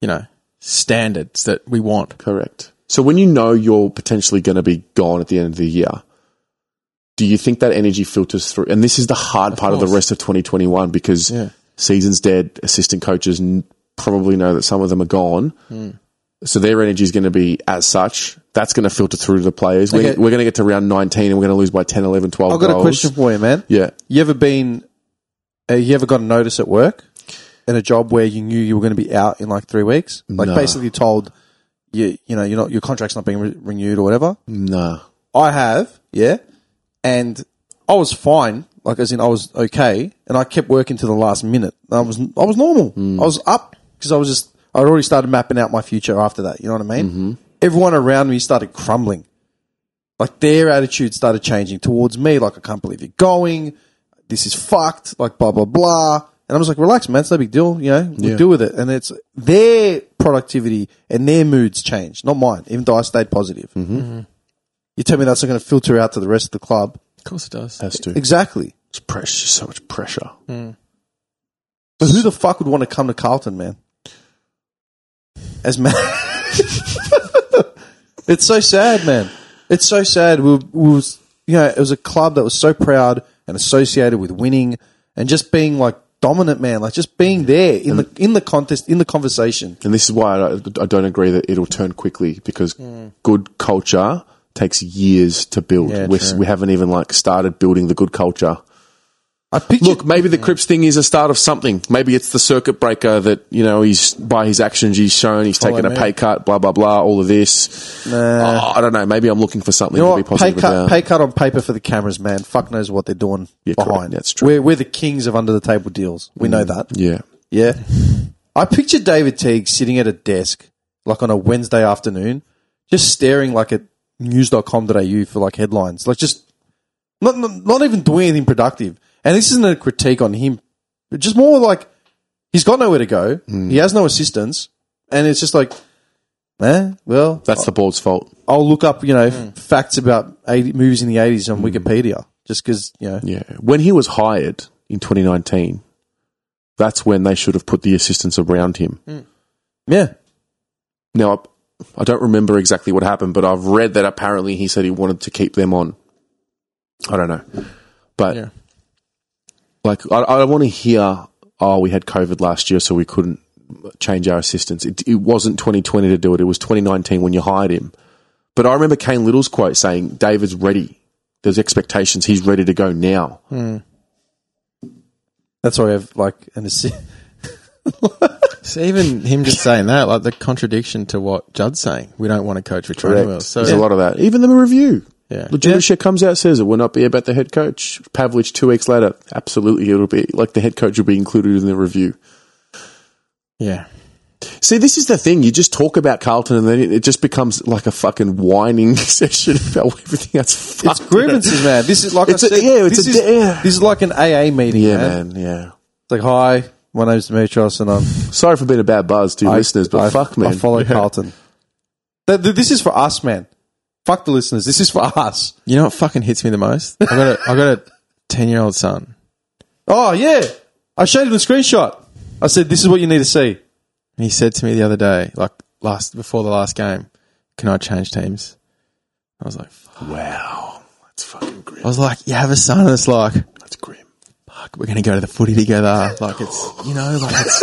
Speaker 3: you know, standards that we want.
Speaker 2: Correct. So when you know you're potentially going to be gone at the end of the year, do you think that energy filters through? And this is the hard part of the
Speaker 3: course.
Speaker 2: rest of 2021 because
Speaker 3: Yeah.
Speaker 2: season's dead. Assistant coaches n- probably know that some of them are gone.
Speaker 1: Hmm.
Speaker 2: So their energy is going to be as such. That's going to filter through to the players. We're,
Speaker 1: Okay.
Speaker 2: we're going to get to round 19 and we're going to lose by 10, 11, 12
Speaker 1: I've got a
Speaker 2: goals.
Speaker 1: question for you, man.
Speaker 2: Yeah.
Speaker 1: You ever been? Uh, you ever got a notice at work in a job where you knew you were going to be out in like three weeks? Like
Speaker 2: No.
Speaker 1: basically told you, you know, you're not your contract's not being re- renewed or whatever.
Speaker 2: Nah.
Speaker 1: I have, yeah. And I was fine, like as in I was okay, and I kept working to the last minute. I was I was normal. I was up because I was just I'd already started mapping out my future after that. You know what I mean? Mm-hmm. Everyone around me started crumbling. Like their attitude started changing towards me. Like I can't believe you're going. This is fucked. Like blah blah blah. And I was like, relax, man. It's no big deal. You know, we
Speaker 2: Yeah.
Speaker 1: deal with it. And it's their productivity and their moods changed, not mine. Even though I stayed positive. You tell me that's not going to filter out to the rest of the club.
Speaker 3: Of course it does.
Speaker 2: Has to.
Speaker 1: Exactly.
Speaker 2: It's pressure. So much pressure.
Speaker 1: But who the fuck would want to come to Carlton, man? As man, [LAUGHS] It's so sad, man. It's so sad. We, were- we was, you know, it was a club that was so proud and associated with winning and just being like dominant, man. Like just being there in the in the contest, in the conversation.
Speaker 2: And this is why I, I don't agree that it'll turn quickly because good culture takes years to build.
Speaker 1: Hmm. Yeah,
Speaker 2: We're,
Speaker 1: true.
Speaker 2: we haven't even like started building the good culture.
Speaker 1: I picture
Speaker 2: Look, maybe the Crips thing is a start of something. Maybe it's the circuit breaker that you know he's by his actions he's shown he's taken a
Speaker 1: me.
Speaker 2: pay cut, blah blah blah, all of this. Oh, I don't know. Maybe I'm looking for something
Speaker 1: You know
Speaker 2: to be
Speaker 1: what? Pay
Speaker 2: positive
Speaker 1: cut,
Speaker 2: about.
Speaker 1: pay cut on paper for the cameras, man. Fuck knows what they're doing
Speaker 2: correct.
Speaker 1: behind.
Speaker 2: That's true. Mm.
Speaker 1: We're, we're the kings of under the table deals. We know that.
Speaker 2: yeah,
Speaker 1: Yeah. I picture David Teague sitting at a desk, like on a Wednesday afternoon, just staring like at news.com.au for like headlines. Like just not, not, not even doing anything productive. And this isn't a critique on him, but just more like he's got nowhere to go. He has no assistance. And it's just like, eh, well,
Speaker 2: that's the board's fault.
Speaker 1: I'll look up, you know, f- facts about 80, movies in the 80s on Wikipedia just because, you know.
Speaker 2: Yeah, when he was hired in 2019, that's when they should have put the assistants around him.
Speaker 1: Yeah.
Speaker 2: Now, I- I don't remember exactly what happened, but I've read that apparently he said he wanted to keep them on. I don't know. But,
Speaker 3: Yeah.
Speaker 2: like, I, I want to hear, oh, we had COVID last year, so we couldn't change our assistance. It, it wasn't 2020 to do it, it was 2019 when you hired him. But I remember Kane Little's quote saying, David's ready. There's expectations. He's ready to go now.
Speaker 1: That's why I have like an [LAUGHS] assist.
Speaker 3: So even him just saying that, like the contradiction to what Judd's saying, we don't want to coach with training wheels. So
Speaker 2: There's a lot of that. Even the review.
Speaker 3: yeah,
Speaker 2: Legitimate shit comes out says it will not be about the head coach. Pavlich two weeks later, absolutely it'll be like the head coach will be included in the review.
Speaker 3: yeah.
Speaker 2: See, this is the thing. You just talk about Carlton and then it, it just becomes like a fucking whining [LAUGHS] session about everything that's
Speaker 1: It's
Speaker 2: fucked.
Speaker 1: grievances, man. This is like
Speaker 2: It's
Speaker 1: I
Speaker 2: a-
Speaker 1: said.
Speaker 2: yeah, it's
Speaker 1: this
Speaker 2: a
Speaker 1: is,
Speaker 2: de- yeah.
Speaker 1: This is like an AA meeting,
Speaker 2: yeah,
Speaker 1: man.
Speaker 2: man. Yeah.
Speaker 1: It's like, hi, my name's Demetrios, and I'm
Speaker 2: Sorry for being a bad buzz to your
Speaker 1: I-
Speaker 2: [LAUGHS] listeners, but
Speaker 1: I-
Speaker 2: fuck, man.
Speaker 1: I follow Carlton. Th- th- this is for us, man. Fuck the listeners. This is for us.
Speaker 3: You know what fucking hits me the most? I got a I got a ten year old son.
Speaker 1: [LAUGHS] Oh yeah, I showed him the screenshot. I said, this is what you need to see.
Speaker 3: And he said to me the other day, like last before the last game, can I change teams? I was like, fuck.
Speaker 2: wow. That's fucking
Speaker 3: I
Speaker 2: grim.
Speaker 3: was like, you have a son, and it's like,
Speaker 2: That's grim.
Speaker 3: fuck, we're gonna go to the footy together. Like it's, you know, like it's,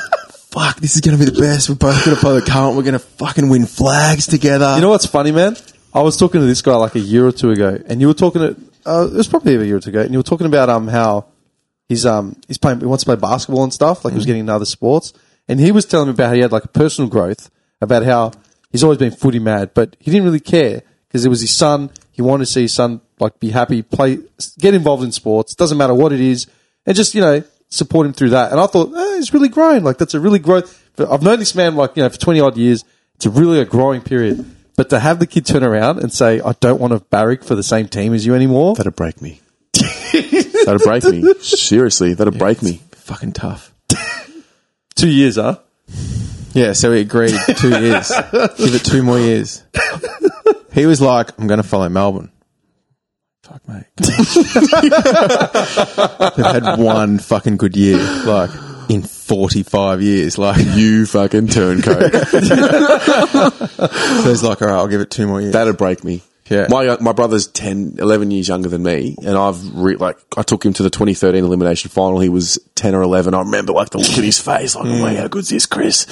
Speaker 3: [LAUGHS] fuck, this is gonna be the best. We're both gonna play the current. We're gonna fucking win flags together.
Speaker 1: You know what's funny, man? I was talking to this guy like a year or two ago, and you were talking to uh, it was probably a year or two ago, and you were talking about um how he's um he's playing he wants to play basketball and stuff, like he was getting into other sports, and he was telling me about how he had like a personal growth about how he's always been footy mad, but he didn't really care because it was his son. He wanted to see his son like be happy, play, get involved in sports. Doesn't matter what it is, and just you know support him through that. And I thought eh, he's really grown. Like that's a really growth. But I've known this man like you know for twenty odd years. It's a really a growing period. But to have the kid turn around and say, "I don't want to barrack for the same team as you anymore,"
Speaker 2: That'd break me. that'd break
Speaker 1: [LAUGHS]
Speaker 2: me. Seriously, that'd break me.
Speaker 3: fucking tough.
Speaker 1: two years, huh?
Speaker 3: Yeah, so we agreed
Speaker 1: [LAUGHS]
Speaker 3: two years. Give it two more years. He was like, I'm going to follow Melbourne. Fuck, mate.
Speaker 1: [LAUGHS]
Speaker 3: They've had one fucking good year, like in 45 years. Like, [LAUGHS]
Speaker 2: You fucking turncoat.
Speaker 3: so he's like, all right, I'll give it two more years.
Speaker 2: That'd break me.
Speaker 3: Yeah.
Speaker 2: My, uh, my brother's 10, 11 years younger than me, and I've re- like, I took him to the 2013 elimination final. He was 10 or 11. I remember like the look at his face, like, oh,
Speaker 1: Mm.
Speaker 2: how good's this, Chris?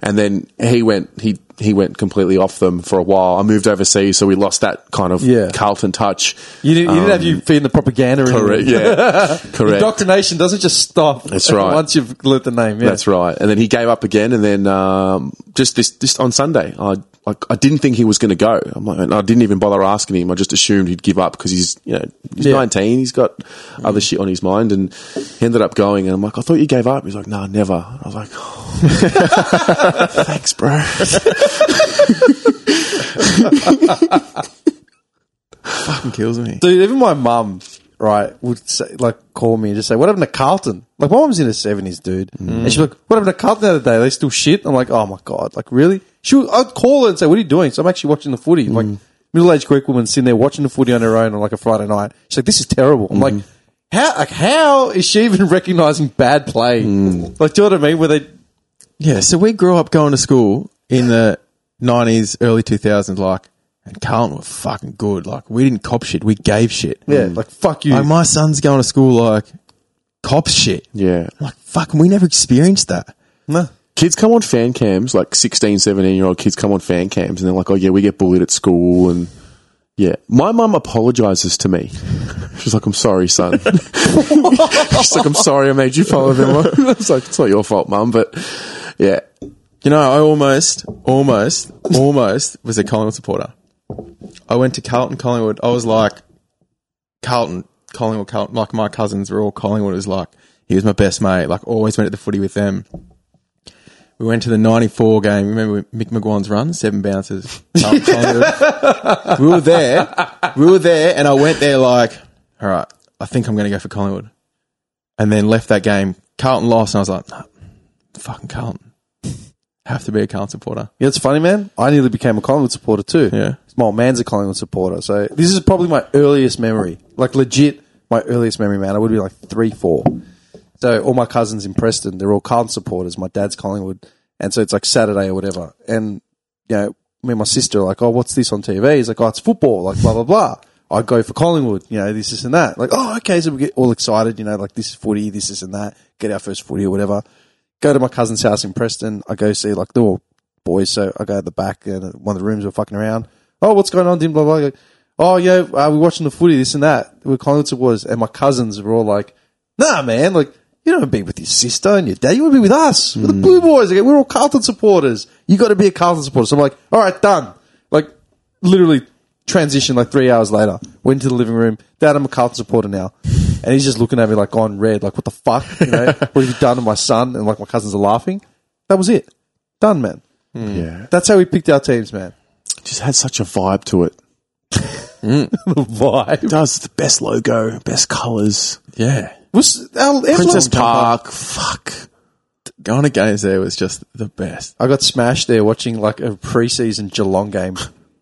Speaker 2: And then he went, he, he went completely off them for a while. I moved overseas, so we lost that kind of
Speaker 1: Yeah.
Speaker 2: Carlton touch.
Speaker 1: You didn't, you didn't have you feeding the propaganda. or
Speaker 2: Um, Correct.
Speaker 1: anything. [LAUGHS]
Speaker 2: Yeah. Correct.
Speaker 1: Indoctrination doesn't just stop.
Speaker 2: That's right.
Speaker 1: Once you've learnt the name, yeah.
Speaker 2: That's right. And then he gave up again. And then um, just this, just on Sunday, I like I didn't think he was going to go. I'm like, and I didn't even bother asking him. I just assumed he'd give up because he's you know he's
Speaker 1: Yeah.
Speaker 2: 19. He's got other shit on his mind, and he ended up going. And I'm like, I thought you gave up. He's like, Nah, never. I was like, [LAUGHS] "Oh." Thanks, bro. [LAUGHS]
Speaker 3: fucking kills me.
Speaker 1: Dude, even my mum, right, would say, like call me and just say, "What happened to Carlton?" Like my mum's in her seventies, dude,
Speaker 2: Mm.
Speaker 1: and she's like, "What happened to Carlton the other day? Are they still shit." I'm like, "Oh my god!" Like really? She, would, I'd call her and say, "What are you doing?" So I'm actually watching the
Speaker 2: Mm.
Speaker 1: footy. Like middle-aged Greek woman sitting there watching the footy on her own on like a Friday night. She's like, "This is terrible." I'm like,
Speaker 2: Mm-hmm.
Speaker 1: "How? Like how is she even [LAUGHS] recognizing bad
Speaker 2: Mm.
Speaker 1: play? Like, do you know what I mean? Where they
Speaker 3: Yeah, so we grew up going to school in the nineties, early two thousands, like, and Carlton were fucking good. Like, we didn't cop shit, we gave shit. Mm.
Speaker 1: Yeah,
Speaker 2: Mm.
Speaker 1: like fuck you.
Speaker 3: Like my son's going to school like cops shit.
Speaker 2: Yeah.
Speaker 3: I'm like, fuck, we never experienced that.
Speaker 1: no.
Speaker 2: Kids come on fan cams, like 16, 17 year old kids come on fan cams and they're like, oh, yeah, we get bullied at school. And yeah, my mum apologizes to me. [LAUGHS] She's like, I'm sorry, son. [LAUGHS] She's like, I'm sorry I made you follow them. [LAUGHS] I was like, it's not your fault, mum. But yeah,
Speaker 3: You know, I almost, almost, almost was a Collingwood supporter. I went to Carlton, Collingwood. I was like, Carlton, Collingwood, Carlton. Like, my cousins were all Collingwood. It was like, he was my best mate. Like, always went at the footy with them. We went to the 94 game. Remember Mick McGuan's run? Seven bounces. Carlton, Collingwood. we were there. We were there, and I went there like, all right, I think I'm going to go for Collingwood. And then left that game. Carlton lost, and I was like, nah, fucking Carlton. Have to be a Carlton supporter.
Speaker 1: Yeah, it's funny, man. I nearly became a Collingwood supporter too.
Speaker 3: Yeah.
Speaker 1: My old man's a Collingwood supporter. So this is probably my earliest memory. Like legit my earliest memory, man. I would be like three, four. So all my cousins in Preston, they're all Carlton supporters. My dad's Collingwood. And so it's like Saturday or whatever. And you know, me and my sister are like, Oh, what's this on TV? He's like, Oh, it's football, like blah blah blah. I go for Collingwood, you know, this, this and that. Like, oh, okay, so we get all excited, you know, like this is footy, this, this and that, get our first footy or whatever go to my cousin's house in Preston. I go see like they're all boys, so I go at the back and one of the rooms we're fucking around. Oh, what's going on, Dim? Blah blah. I go, oh yeah, uh, we're watching the footy, this and that. We're Collingwood supporters, and my cousins were all like, Nah, man, like you don't want to be with your sister and your dad. You want to be with us. We're the Blue Boys. Again, we're all Carlton supporters. You got to be a Carlton supporter. So I'm like, all right, done. Like literally transition like three hours later. Went to the living room. Dad, I'm a Carlton supporter now. And he's just looking at me like gone red, like what the fuck? You know, what have you done to my son? And like my cousins are laughing. That was it. Done, man.
Speaker 2: yeah.
Speaker 1: That's how we picked our teams, man.
Speaker 2: It just had such a vibe to it.
Speaker 1: The vibe.
Speaker 2: It does the best logo, best colors.
Speaker 3: Yeah.
Speaker 1: Was, our,
Speaker 2: Princess
Speaker 1: Princess
Speaker 2: Park. Fuck.
Speaker 3: Going to games there was just the best.
Speaker 1: I got smashed there watching like a preseason Geelong game.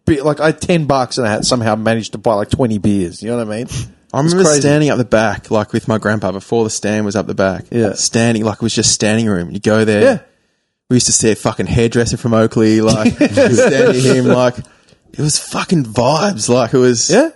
Speaker 1: Be- Like I had ten bucks and I had somehow managed to buy like twenty beers. You know what I mean?
Speaker 3: I remember
Speaker 1: crazy.
Speaker 3: standing up the back, like with my grandpa, before the stand was up the back.
Speaker 1: Yeah.
Speaker 3: Standing, like it was just standing room. You go there.
Speaker 1: Yeah.
Speaker 3: We used to see a fucking hairdresser from Oakley,
Speaker 1: [LAUGHS]
Speaker 3: like, [LAUGHS] standing him, like, it was fucking vibes. Like, it was.
Speaker 1: Yeah.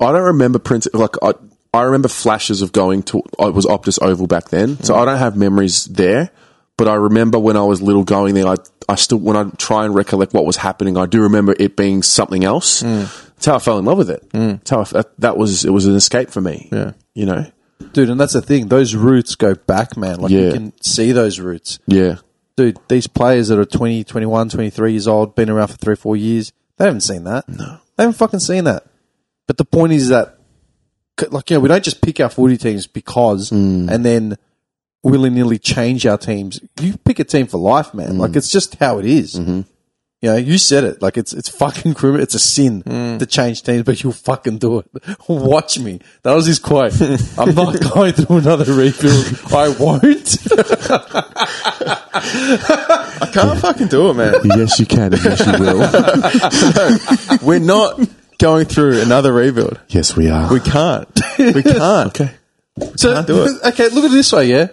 Speaker 2: I don't remember Prince. Like I, I remember flashes of going to. It was Optus Oval back then, so I don't have memories there. But I remember when I was little going there. I, I still when I try and recollect what was happening, I do remember it being something else. That's how I fell in love with it. That's how I, that, that was it was an escape for me.
Speaker 3: Yeah.
Speaker 2: you know.
Speaker 1: Dude, and that's the thing. Those roots go back, man. Like you
Speaker 2: Yeah.
Speaker 1: can see those roots.
Speaker 2: Yeah,
Speaker 1: dude, these players that are 20, 21, 23 years old, been around for three, four years, they haven't seen that. No. They haven't fucking seen that. But the point is that, c- like, you know, we don't just pick our footy teams because and then willy nilly change our teams. You pick a team for life, man. Like, it's just how it is. You know, you said it. Like, it's it's fucking criminal. It's a sin to change teams, but you'll fucking do it. [LAUGHS] Watch me. That was his quote. I'm not going through another rebuild. I won't.
Speaker 3: I can't fucking do it,
Speaker 1: [LAUGHS]
Speaker 3: man.
Speaker 2: yes, you can. and Yes, you [LAUGHS] will.
Speaker 3: We're not going through another rebuild.
Speaker 2: yes, we are. Ah,
Speaker 3: We can't.
Speaker 1: [LAUGHS]
Speaker 3: We can't.
Speaker 2: okay.
Speaker 1: So,
Speaker 3: Can't do it.
Speaker 1: [LAUGHS] Okay, look at it this way, yeah?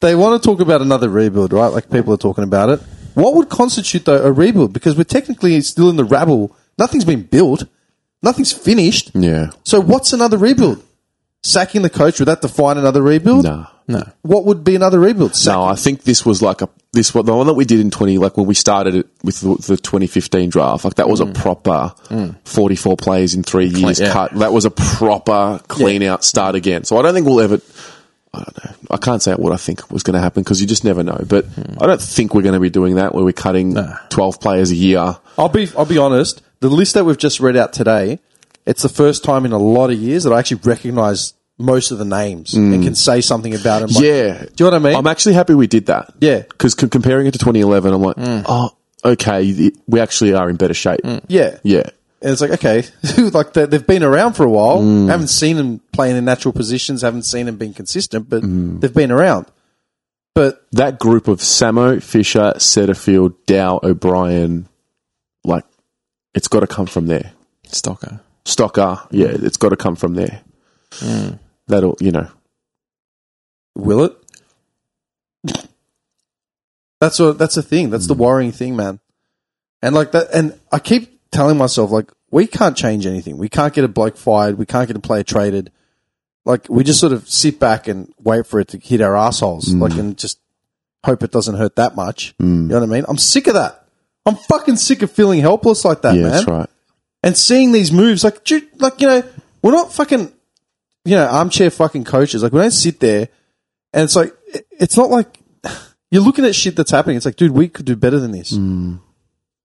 Speaker 1: They want to talk about another rebuild, right? Like people are talking about it. What would constitute, though, a rebuild? Because we're technically still in the rabble. Nothing's been built, nothing's finished.
Speaker 2: Yeah.
Speaker 1: So, what's another rebuild? Sacking the coach, would that define another rebuild?
Speaker 2: Nah.
Speaker 3: No.
Speaker 1: What would be another rebuild? Sack-
Speaker 2: No, I think this was like a this what the one that we did in twenty like when we started it with the, the twenty fifteen draft. Like that was
Speaker 1: Mm.
Speaker 2: a proper forty four players in three years
Speaker 3: yeah.
Speaker 2: cut. That was a proper clean out start again. So I don't think we'll ever. I don't know. I can't say what I think was going to happen because you just never know. But
Speaker 1: Mm.
Speaker 2: I don't think we're going to be doing that where we're cutting twelve players a year.
Speaker 1: I'll be I'll be honest. The list that we've just read out today, it's the first time in a lot of years that I actually recognise most of the names and can say something about them. Like,
Speaker 2: Mm. yeah,
Speaker 1: do you know what I mean?
Speaker 2: I'm actually happy we did that.
Speaker 1: Yeah. Mm.
Speaker 2: because c- comparing it to 2011, I'm like, oh, okay, it- we actually are in better shape.
Speaker 1: yeah,
Speaker 2: Yeah.
Speaker 1: And it's like, okay, [LAUGHS] like they, they've been around for a while. Haven't seen them playing in natural positions. Haven't seen them being consistent, but they've been around. But
Speaker 2: that group of Samo, Fisher, Setterfield, Dow, O'Brien, like it's got to come from there.
Speaker 3: Stocker.
Speaker 2: Stocker, yeah, it's got to come from there.
Speaker 1: Hmm.
Speaker 2: That'll, you know,
Speaker 1: will it?
Speaker 2: Hmm.
Speaker 1: That's what. That's the thing. That's the worrying thing, man. And like that, and I keep telling myself, like, we can't change anything. We can't get a bloke fired. We can't get a player traded. Like, we just sort of sit back and wait for it to hit our assholes.
Speaker 2: Hmm.
Speaker 1: Like, and just hope it doesn't hurt that much. You know what I mean? I'm sick of that. I'm fucking sick of feeling helpless like that,
Speaker 2: Yeah,
Speaker 1: man
Speaker 2: that's right.
Speaker 1: and seeing these moves, like, dude, like you know, we're not fucking, you know, armchair fucking coaches. Like, we don't sit there, and it's like, it- it's not like [SIGHS] you're looking at shit that's happening. It's like, dude, we could do better than this.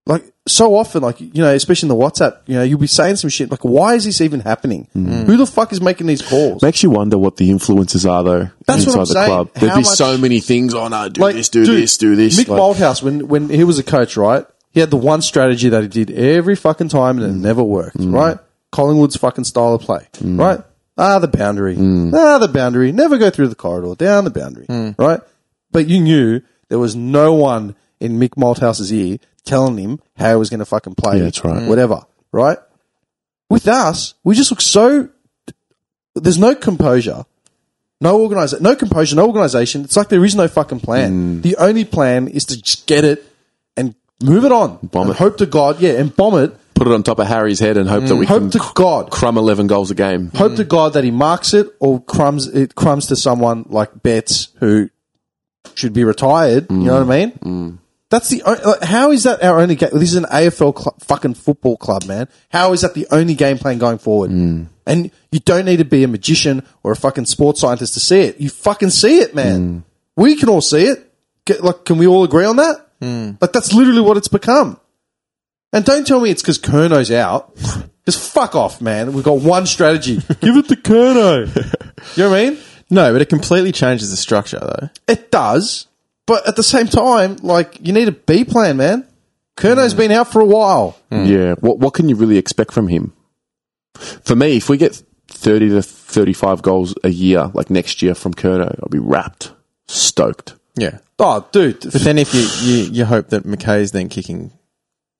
Speaker 1: Like, so often, like you know, especially in the WhatsApp, you know, you'll be saying some shit like, why is this even happening? Who the fuck is making these calls?
Speaker 2: Makes you wonder what the influences are, though,
Speaker 1: That's
Speaker 2: inside
Speaker 1: what I'm
Speaker 2: the
Speaker 1: saying.
Speaker 2: club.
Speaker 1: How
Speaker 2: There'd be
Speaker 1: much-
Speaker 2: so many things. Oh, no, do this, do
Speaker 1: dude,
Speaker 2: this, do this.
Speaker 1: Mick
Speaker 2: Like,
Speaker 1: Malthouse, when when he was a coach, right? He had the one strategy that he did every fucking time, and it never worked,
Speaker 2: Mm.
Speaker 1: right? Collingwood's fucking style of play, right? Ah, the boundary,
Speaker 2: Mm.
Speaker 1: ah, the boundary. Never go through the corridor, down the boundary, right? But you knew there was no one in Mick Malthouse's ear telling him how he was going to fucking play.
Speaker 2: Yeah, that's right. Mm.
Speaker 1: Whatever, right? With us, we just look so. There's no composure. No organization, no composure, no organization. It's like there is no fucking
Speaker 2: Hmm.
Speaker 1: plan. The only plan is to just get it and move it on.
Speaker 2: Bomb
Speaker 1: and
Speaker 2: it.
Speaker 1: Hope to God, yeah, and bomb it.
Speaker 2: put it on top of Harry's head and hope that we
Speaker 1: Hmm. Hope
Speaker 2: can
Speaker 1: to God,
Speaker 2: crumb 11 goals a game.
Speaker 1: hope to God that he marks it or crumbs it crumbs to someone like Betts who should be retired. You know what I mean? That's the o- like, how is that our only game? This is an AFL cl- fucking football club, man. How is that the only game plan going forward? And you don't need to be a magician or a fucking sports scientist to see it. You fucking see it, man. We can all see it. Get, like, can we all agree on that? Like, that's literally what it's become. And don't tell me it's because Kerno's out. [LAUGHS] Just fuck off, man. We've got one strategy. Give it to Kerno. you know what I mean?
Speaker 3: [LAUGHS] No, but it completely changes the structure, though.
Speaker 1: It does. But at the same time, like, you need a B plan, man. Kerno's been out for a while.
Speaker 2: Yeah. What, what can you really expect from him? For me, if we get 30 to 35 goals a year, like next year from Kerno, I'll be wrapped, stoked.
Speaker 3: Yeah.
Speaker 1: Oh, dude.
Speaker 3: But then if you, you, you hope that McKay's then kicking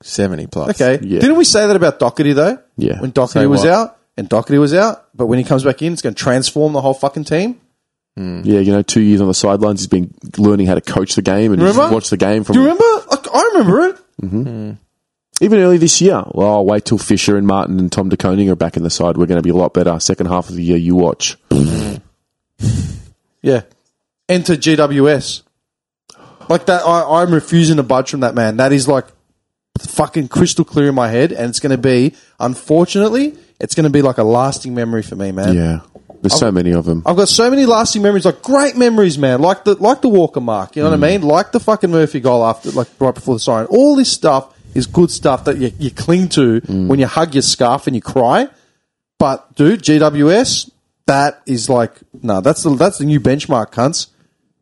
Speaker 3: 70 plus.
Speaker 1: Okay.
Speaker 2: Yeah.
Speaker 1: Didn't we say that about Doherty, though?
Speaker 2: Yeah.
Speaker 1: When Doherty
Speaker 3: Say
Speaker 1: was
Speaker 3: what?
Speaker 1: out, and Doherty was out, but when he comes back in, it's going to transform the whole fucking team. Mm.
Speaker 2: Yeah, you know, two years on the sidelines, he's been learning how to coach the game and
Speaker 1: Remember?
Speaker 2: watch the game
Speaker 1: Do you
Speaker 2: from
Speaker 1: remember? Like, I remember it.
Speaker 2: even early this year. Well, I'll wait till Fisher and Martin and Tom DeConing are back in the side. We're going to be a lot better. Second half of the year, you watch.
Speaker 1: Yeah. Enter GWS. Like that, I, I'm refusing to budge from that man. That is like fucking crystal clear in my head, and it's going to be, unfortunately, it's going to be like a lasting memory for me, man.
Speaker 2: Yeah. There's so many of them.
Speaker 1: I've got so many lasting memories, like great memories, man. Like the like the Walker mark, you know what I mean? Like the fucking Murphy goal after, like right before the siren. All this stuff is good stuff that you, you cling to when you hug your scarf and you cry. But dude, GWS, that is like no, that's the that's the new benchmark, cunts.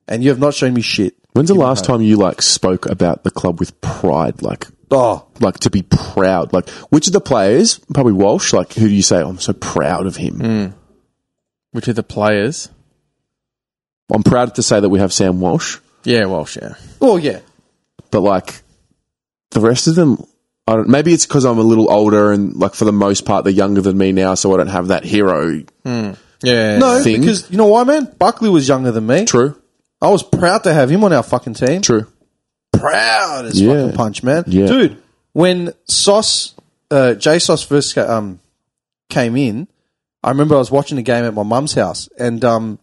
Speaker 1: And you have not shown me shit.
Speaker 2: When's the last time you like spoke about the club with pride? Like,
Speaker 1: Oh,
Speaker 2: like to be proud. Like, which of the players? Probably Walsh. Like, who do you say? I'm so proud of him.
Speaker 3: Which are the players.
Speaker 2: I'm proud to say that we have Sam Walsh,
Speaker 3: Yeah, Walsh, yeah.
Speaker 1: oh yeah,
Speaker 2: but like the rest of them, I don't. Maybe it's because I'm a little older and like for the most part they're younger than me now, so I don't have that hero.
Speaker 3: Yeah.
Speaker 1: no,
Speaker 2: Thing.
Speaker 1: because you know why, man? Buckley was younger than me.
Speaker 2: True.
Speaker 1: I was proud to have him on our fucking team.
Speaker 2: True.
Speaker 1: proud as
Speaker 2: Yeah.
Speaker 1: fucking punch, man.
Speaker 2: Yeah.
Speaker 1: Dude, when Sauce, uh, J Sauce first ca- um, came in, I remember I was watching a game at my mum's house and um,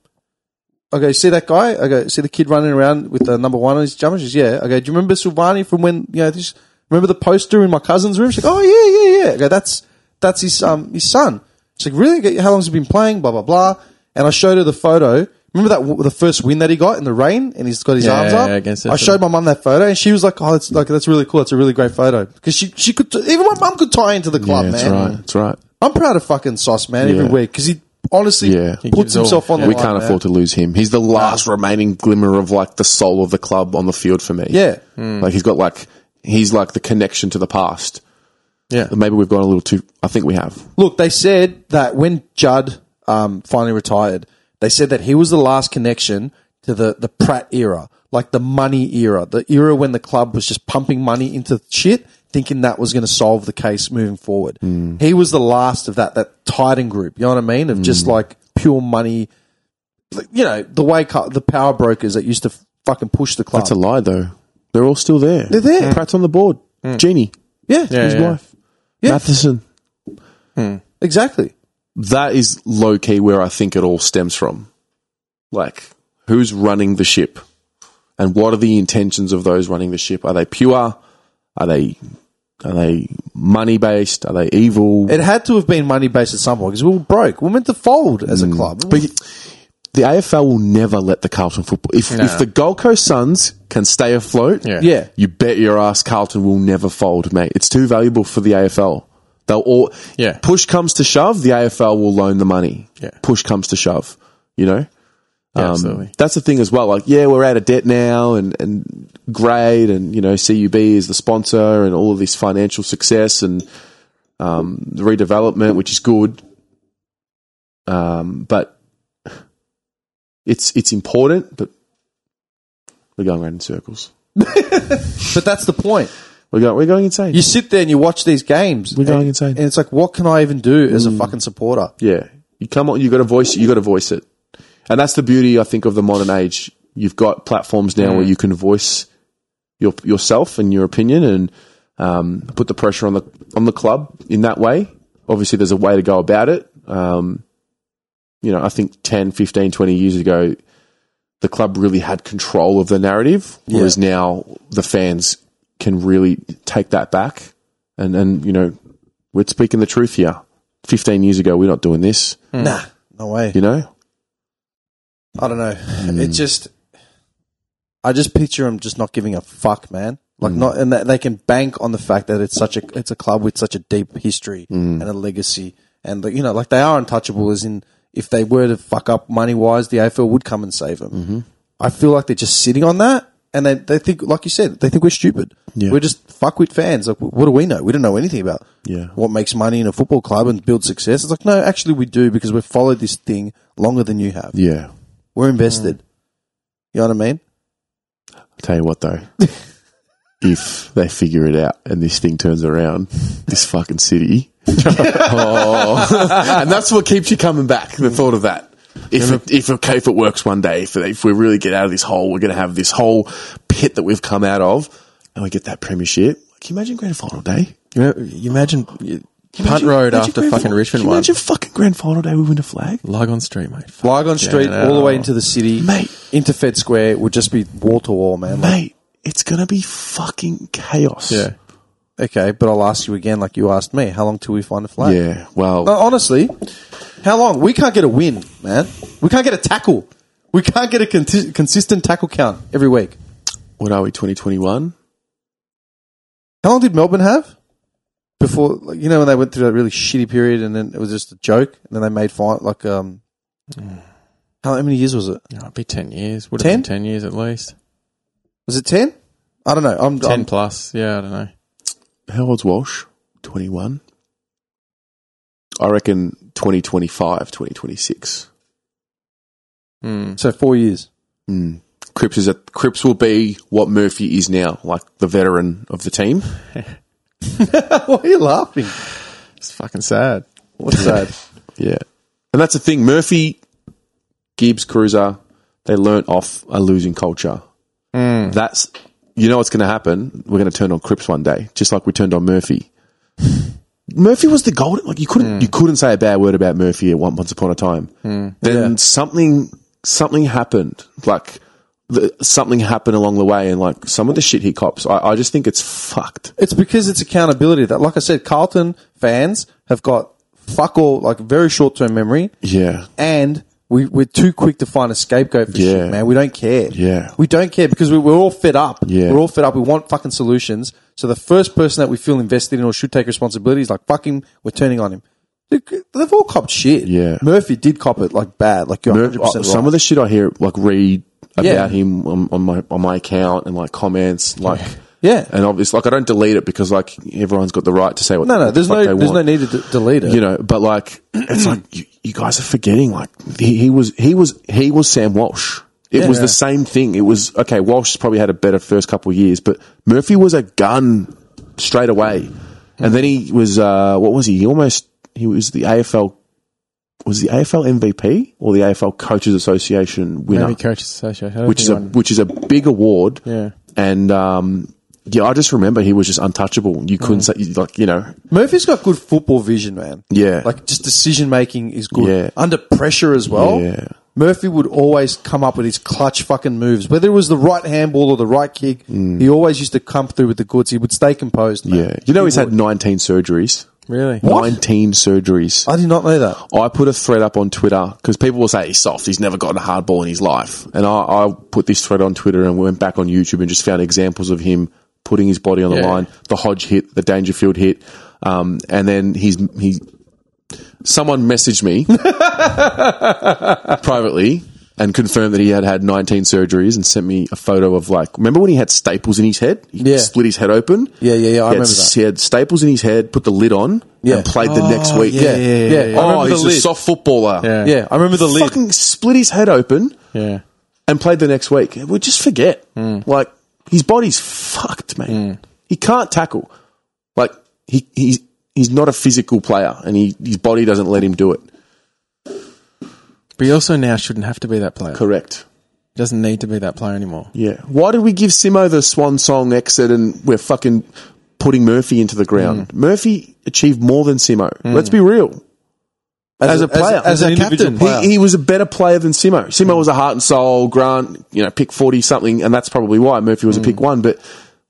Speaker 1: I go, see that guy? I go, see the kid running around with the number one on his jumper? She goes, yeah. I go, do you remember Silvani from when, you know, this, remember the poster in my cousin's room? She's like, oh, yeah, yeah, yeah. I go, that's, that's his, um, his son. She's like, really? I go, How long's he been playing? Blah, blah, blah. And I showed her the photo. Remember that w- the first win that he got in the rain, and he's got his
Speaker 3: Yeah,
Speaker 1: arms up.
Speaker 3: against
Speaker 1: I showed my mum that photo, and she was like, "Oh, that's like that's really cool. It's a really great photo." Because she she could even my mum could tie into the club,
Speaker 2: yeah, that's
Speaker 1: man.
Speaker 2: right. That's right.
Speaker 1: I'm proud of fucking Sauce, man, every
Speaker 2: Yeah.
Speaker 1: week because he honestly
Speaker 2: Yeah. He
Speaker 1: puts
Speaker 3: gives all.
Speaker 1: himself on the
Speaker 2: we
Speaker 1: line,
Speaker 2: can't
Speaker 1: man.
Speaker 2: afford to lose him. He's the last remaining glimmer of like the soul of the club on the field for me.
Speaker 1: Yeah.
Speaker 2: Like he's got like he's like the connection to the past.
Speaker 3: Yeah.
Speaker 2: Maybe we've gone a little too. I think we have.
Speaker 1: Look, they said that when Judd um, finally retired, they said that he was the last connection to the, the Pratt era, like the money era, the era when the club was just pumping money into shit, thinking that was going to solve the case moving forward.
Speaker 2: Mm.
Speaker 1: He was the last of that, that Titan group, you know what I mean? Of
Speaker 2: Mm.
Speaker 1: just like pure money, like, you know, the way cu- the power brokers that used to fucking push the club.
Speaker 2: That's a lie, though. They're all still there. They're
Speaker 1: there.
Speaker 2: Pratt's on the board. Genie. Mm. Yeah,
Speaker 1: Yeah,
Speaker 2: his
Speaker 1: yeah.
Speaker 2: wife. Matheson.
Speaker 1: Exactly.
Speaker 2: That is low key where I think it all stems from. Like, who's running the ship? And what are the intentions of those running the ship? Are they pure? Are they are they money based? Are they evil?
Speaker 1: It had to have been money based at some point because we were broke. We are meant to fold as a club.
Speaker 2: But the AFL will never let the Carlton football. If, if the Gold Coast Suns can stay afloat,
Speaker 3: Yeah.
Speaker 1: Yeah.
Speaker 2: you bet your ass Carlton will never fold, mate. It's too valuable for the AFL. They'll all
Speaker 3: Yeah.
Speaker 2: Push comes to shove, the AFL will loan the money.
Speaker 3: Yeah.
Speaker 2: Push comes to shove, you know. Um,
Speaker 3: absolutely.
Speaker 2: That's the thing as well. Like, yeah, we're out of debt now, and and great, and you know, CUB is the sponsor, and all of this financial success and um, the redevelopment, which is good. Um, but it's it's important, but we're going around in circles.
Speaker 1: But that's the point.
Speaker 2: We're going we're going insane.
Speaker 1: You sit there and you watch these games.
Speaker 2: We're going
Speaker 1: and,
Speaker 2: insane.
Speaker 1: And it's like, what can I even do as a fucking supporter?
Speaker 2: Yeah, you come on. You got to voice. You got to voice it, and that's the beauty I think of the modern age. You've got platforms now where you can voice your yourself and your opinion, and um, put the pressure on the on the club in that way. Obviously, there's a way to go about it. Um, you know, I think 10, 15, 20 years ago, the club really had control of the narrative, whereas now the fans can really take that back. And, and, you know, we're speaking the truth here. 15 years ago, we're not doing this,
Speaker 1: Nah, no way.
Speaker 2: you know?
Speaker 1: I don't know. It just, I just picture them just not giving a fuck, man. Like not, and that they can bank on the fact that it's such a, it's a club with such a deep history and a legacy, and like, you know, like they are untouchable. As in, if they were to fuck up money wise, the AFL would come and save them. Mm-hmm. I feel like they're just sitting on that, and they they think, like you said, they think we're stupid. We're just fuckwit fans. Like, what do we know? We don't know anything about
Speaker 2: Yeah.
Speaker 1: what makes money in a football club and build success. It's like, no, actually, we do because we've followed this thing longer than you have.
Speaker 2: Yeah.
Speaker 1: We're invested. You know what I mean?
Speaker 2: I'll tell you what,
Speaker 3: [LAUGHS]
Speaker 2: though. if they figure it out and this thing turns around, this fucking city. [LAUGHS] oh. and that's what keeps you coming back, the thought of that. If it, if, okay, if it works one day, if, if we really get out of this hole, we're going to have this whole pit that we've come out of and we get that premiership. Can you imagine grand final day?
Speaker 3: You, know, you imagine you, punt
Speaker 2: Imagine-
Speaker 3: road
Speaker 2: imagine
Speaker 3: after
Speaker 2: grand
Speaker 3: fucking
Speaker 2: final-
Speaker 3: Richmond
Speaker 2: can you
Speaker 3: one.
Speaker 2: Imagine fucking grand final day we win a flag.
Speaker 3: Lygon Street, mate. Fuck.
Speaker 1: Lygon Street,
Speaker 3: Yeah,
Speaker 1: all the way
Speaker 3: no.
Speaker 1: into the city,
Speaker 2: Mate.
Speaker 1: into Fed Square, would just be wall to wall, man. Like,
Speaker 2: Mate, it's going to be fucking chaos.
Speaker 3: Yeah.
Speaker 1: okay, but I'll ask you again, like you asked me, how long till we find a flag?
Speaker 2: Yeah. Well,
Speaker 1: No, honestly, how long? We can't get a win, man. We can't get a tackle. We can't get a conti- consistent tackle count every week.
Speaker 2: what are we, 2021?
Speaker 1: How long did Melbourne have before? Like, you know when they went through that really shitty period, and then it was just a joke, and then they made fine. Like, um,
Speaker 2: Mm.
Speaker 1: how, how many years was it?
Speaker 3: No, it'd be 10 years. Would
Speaker 1: 10?
Speaker 3: have been 10 years at least.
Speaker 1: Was it ten? I don't know. I'm,
Speaker 3: 10
Speaker 1: I'm
Speaker 3: plus. Yeah, I don't know.
Speaker 2: How old's Walsh? 21. I reckon 2025, 2026.
Speaker 3: Mm.
Speaker 1: so four years.
Speaker 2: Mm. Cripps is a Cripps will be what Murphy is now, like the veteran of the team. [LAUGHS]
Speaker 1: Why are you laughing?
Speaker 3: It's fucking sad.
Speaker 1: [LAUGHS] What's that?
Speaker 2: Yeah, and that's the thing. Murphy, Gibbs, Cruiser, they learnt off a losing culture. That's you know what's going to happen. We're going to turn on Cripps one day, just like we turned on Murphy. Murphy was the golden. Like you couldn't you couldn't say a bad word about Murphy at one once upon a time. Then something something happened. Like the, something happened along the way, and like some of the shit he cops. I, I just think it's fucked.
Speaker 1: It's because it's accountability. That, like I said, Carlton fans have got fuck all, like very short term memory,
Speaker 2: Yeah,
Speaker 1: and we, we're too quick to find a scapegoat for
Speaker 2: Yeah.
Speaker 1: shit, man. We don't care.
Speaker 2: Yeah.
Speaker 1: we don't care because we, we're all fed up.
Speaker 2: Yeah.
Speaker 1: we're all fed up. We want fucking solutions. So the first person that we feel invested in or should take responsibility is like fuck him. We're turning on him. Look, They've all copped shit.
Speaker 2: Yeah.
Speaker 1: Murphy did cop it like bad. Like you're 100
Speaker 2: Mur- uh,
Speaker 1: percent
Speaker 2: some of the shit I hear, like read about
Speaker 1: Yeah.
Speaker 2: him on, on my on my account and like comments, like
Speaker 1: Yeah.
Speaker 2: and obviously like I don't delete it because like everyone's got the right to say what
Speaker 1: no, no.
Speaker 2: what the
Speaker 1: There's
Speaker 2: fuck
Speaker 1: no
Speaker 2: they
Speaker 1: there's no
Speaker 2: want,
Speaker 1: need to d- delete it.
Speaker 2: you know, but like [CLEARS THROAT] it's like you, you guys are forgetting like he, he was he was he was Sam Walsh. It was the same thing. It was okay. Walsh probably had a better first couple of years, but Murphy was a gun straight away, and then he was uh, what was he? He almost he was the AFL was the AFL MVP or the AFL Coaches Association winner,
Speaker 3: Maybe Coaches Association. I don't
Speaker 2: which is
Speaker 3: think
Speaker 2: a
Speaker 3: one-
Speaker 2: which is a big award,
Speaker 3: Yeah.
Speaker 2: and um, yeah, I just remember he was just untouchable. You couldn't say like you know
Speaker 1: Murphy's got good football vision, man.
Speaker 2: Yeah.
Speaker 1: Like just decision making is good.
Speaker 2: Yeah.
Speaker 1: Under pressure as well.
Speaker 2: Yeah.
Speaker 1: Murphy would always come up with his clutch fucking moves. Whether it was the right handball or the right kick, he always used to come through with the goods. He would stay composed. Man.
Speaker 2: Mm. yeah. You know he's had nineteen surgeries.
Speaker 3: Really?
Speaker 2: Nineteen surgeries.
Speaker 1: I did not know that.
Speaker 2: I put a thread up on Twitter because people will say he's soft. He's never gotten a hard ball in his life. And I, I put this thread on Twitter and went back on YouTube and just found examples of him putting his body on the
Speaker 3: Yeah.
Speaker 2: line, the Hodge hit, the Dangerfield hit, um, and then he's he. Someone messaged me privately and confirmed that he had had 19 surgeries and sent me a photo of like remember when he had staples in his head he
Speaker 1: Yeah.
Speaker 2: split his head open
Speaker 1: Yeah, yeah, yeah, I
Speaker 2: He had
Speaker 1: remember that.
Speaker 2: he had staples in his head put the lid on
Speaker 1: Yeah.
Speaker 2: and played the next week
Speaker 3: yeah, yeah, yeah, yeah.
Speaker 1: I
Speaker 2: Oh,
Speaker 1: remember the
Speaker 2: he's a
Speaker 1: lid.
Speaker 2: soft footballer.
Speaker 3: Yeah.
Speaker 1: Yeah, I remember the lid.
Speaker 2: Fucking split his head open
Speaker 3: Yeah.
Speaker 2: and played the next week. We just forget. Like his body's fucked, man. He can't tackle. Like he he's he's not a physical player, and he his body doesn't let him do it.
Speaker 3: But he also now shouldn't have to be that player.
Speaker 2: Correct.
Speaker 3: Doesn't need to be that player anymore.
Speaker 2: Yeah. Why did we give Simo the swan song exit, and we're fucking putting Murphy into the ground? Murphy achieved more than Simo. Let's be real. As, a player,
Speaker 1: as, an
Speaker 3: a
Speaker 1: individual
Speaker 3: captain,
Speaker 1: player.
Speaker 2: He, he was a better player than Simo. Simo was a heart and soul. Grant, you know, pick forty something, and that's probably why Murphy was a pick one. But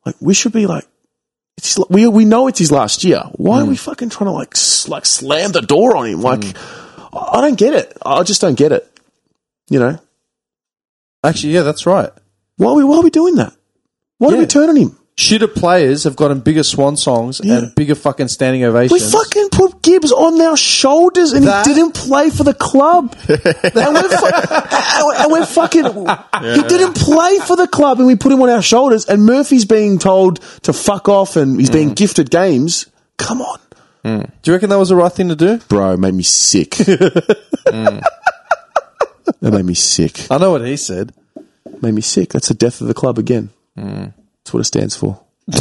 Speaker 2: like, we should be like, it's his, we we know it's his last year. Why are we fucking trying to like s- like slam the door on him? Like, I I don't get it. I just don't get it. You know,
Speaker 1: Actually, yeah, that's right.
Speaker 2: why are we why are we doing that? Why do
Speaker 1: Yeah.
Speaker 2: we turn on him?
Speaker 1: Shitter players have gotten bigger swan songs
Speaker 2: Yeah.
Speaker 1: and bigger fucking standing
Speaker 2: We
Speaker 1: ovations.
Speaker 2: fucking put Gibbs on our shoulders, and
Speaker 1: That-
Speaker 2: he didn't play for the [LAUGHS] club. and, we're fu- and we're fucking. He didn't play for the club, and we put him on our shoulders. And Murphy's being told to fuck off, and he's being gifted games. Come on,
Speaker 1: Do you reckon that was the right thing to do?
Speaker 2: bro, made me [LAUGHS] sick. That made me sick.
Speaker 1: I know what he said.
Speaker 2: Made me sick. That's the death of the club again. That's what it stands for. [LAUGHS]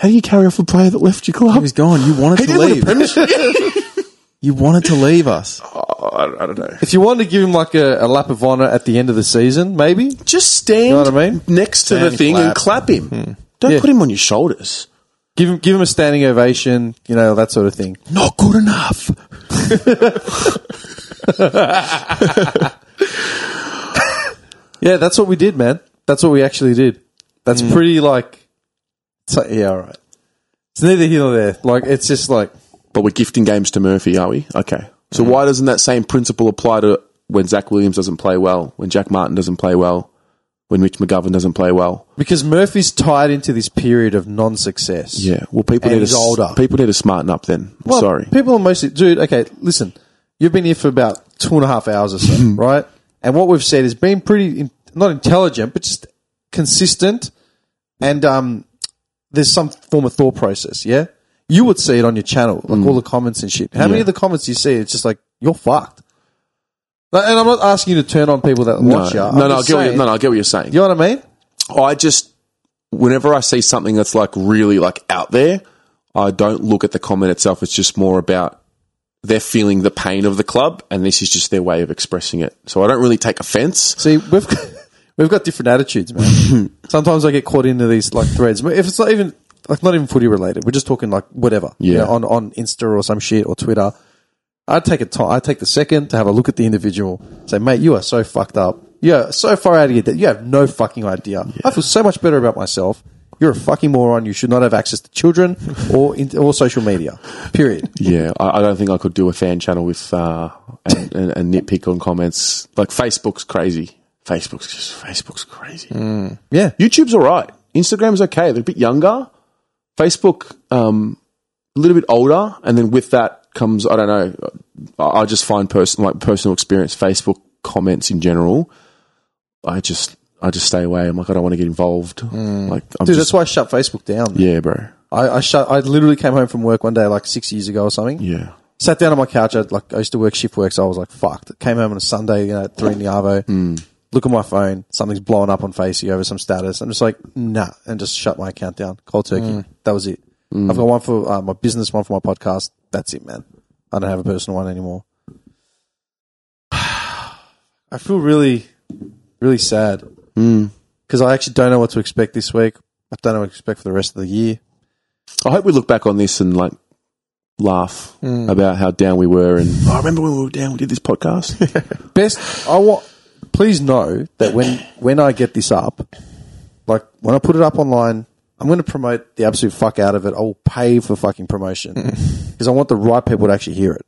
Speaker 2: How do you carry off a player that left your
Speaker 3: He
Speaker 2: club?
Speaker 3: was gone. You wanted to leave. [LAUGHS] you wanted to leave us.
Speaker 2: I don't know.
Speaker 1: If you wanted to give him like a, a lap of honor at the end of the season, maybe
Speaker 2: Just stand
Speaker 1: know what I mean?
Speaker 2: next to
Speaker 3: Stand
Speaker 2: the thing and clap Hmm. him. Don't
Speaker 1: Yeah.
Speaker 2: put him on your shoulders.
Speaker 1: give him give him a standing ovation, you know that sort of thing.
Speaker 2: Not good enough.
Speaker 1: Yeah, that's what we did, man. That's what we actually did. That's pretty like, it's like, yeah, all right. It's neither here nor there. Like it's just like
Speaker 2: But we're gifting games to Murphy, are we? Okay. So why doesn't that same principle apply to when Zach Williams doesn't play well, when Jack Martin doesn't play well, when Mitch McGovern doesn't play well?
Speaker 1: because Murphy's tied into this period of non-success.
Speaker 2: Yeah. Well, people
Speaker 1: And
Speaker 2: need
Speaker 1: he's
Speaker 2: to s-
Speaker 1: older.
Speaker 2: people need to smarten up. Then I'm
Speaker 1: Well,
Speaker 2: sorry.
Speaker 1: People are mostly, dude. Okay, listen. You've been here for about two and a half hours or
Speaker 2: Hmm.
Speaker 1: so, right? And what we've said has been pretty in, not intelligent, but just consistent. And um, there's some form of thought process. Yeah, you would see it on your channel,
Speaker 2: Hmm.
Speaker 1: like all the comments and shit. How many of the comments you see? It's just like you're fucked. Like, And I'm not asking you to turn on people that
Speaker 2: no,
Speaker 1: watch you.
Speaker 2: no,
Speaker 1: I'm
Speaker 2: no, I
Speaker 1: just
Speaker 2: get what you,
Speaker 1: saying-
Speaker 2: no, no, I get what you're saying.
Speaker 1: You know what I mean?
Speaker 2: I just whenever I see something that's like really like out there, I don't look at the comment itself. It's just more about they're feeling the pain of the club, and this is just their way of expressing it. So I don't really take offense.
Speaker 1: See, we've we've got [LAUGHS] different attitudes,
Speaker 2: [LAUGHS]
Speaker 1: man. Sometimes I get caught into these like threads. But If it's not even like not even footy related, we're just talking like whatever, you
Speaker 2: Yeah.
Speaker 1: know, on on Insta or some shit or Twitter. I take a time. I take the second to have a look at the individual. Say, mate, you are so fucked up. You are so far out of your depth. You have no fucking idea. I feel so much better about myself. You're a fucking moron. You should not have access to
Speaker 2: [LAUGHS]
Speaker 1: children or in, or social media. Period.
Speaker 2: Yeah, I, I don't think I could do a fan channel with uh, and, and, and nitpick on comments. Like Facebook's crazy. Facebook's just Facebook's crazy.
Speaker 1: Yeah.
Speaker 2: YouTube's all right. Instagram's okay. They're a bit younger. Facebook, um, a little bit older. And then with that comes, I don't know, I I just find person like personal experience, Facebook comments in general. I just, I just stay away. I'm like, I don't want to get involved. Like, I'm
Speaker 1: Dude,
Speaker 2: just,
Speaker 1: that's why I shut Facebook down.
Speaker 2: yeah, bro.
Speaker 1: I, I shut. I literally came home from work one day, like six years ago or something.
Speaker 2: Yeah.
Speaker 1: sat down on my couch. I like I used to work shift work, so I was like fucked. Came home on a Sunday, you know, at three in the arvo. Look at my phone. Something's blowing up on Facey over some status. I'm just like nah, and just shut my account down. Cold turkey. That was it. I've got one for uh, my business, one for my podcast. That's it, man. I don't have a personal one anymore. [SIGHS] I feel really, really sad because I actually don't know what to expect this week. I don't know what to expect for the rest of the year.
Speaker 2: I hope we look back on this and like laugh about how down we were. And I remember when we were down, we did this podcast. [LAUGHS]
Speaker 1: Best, I want. Please know that when when I get this up, like when I put it up online, I'm going to promote the absolute fuck out of it. I will pay for fucking promotion [LAUGHS] because I want the right people to actually hear it.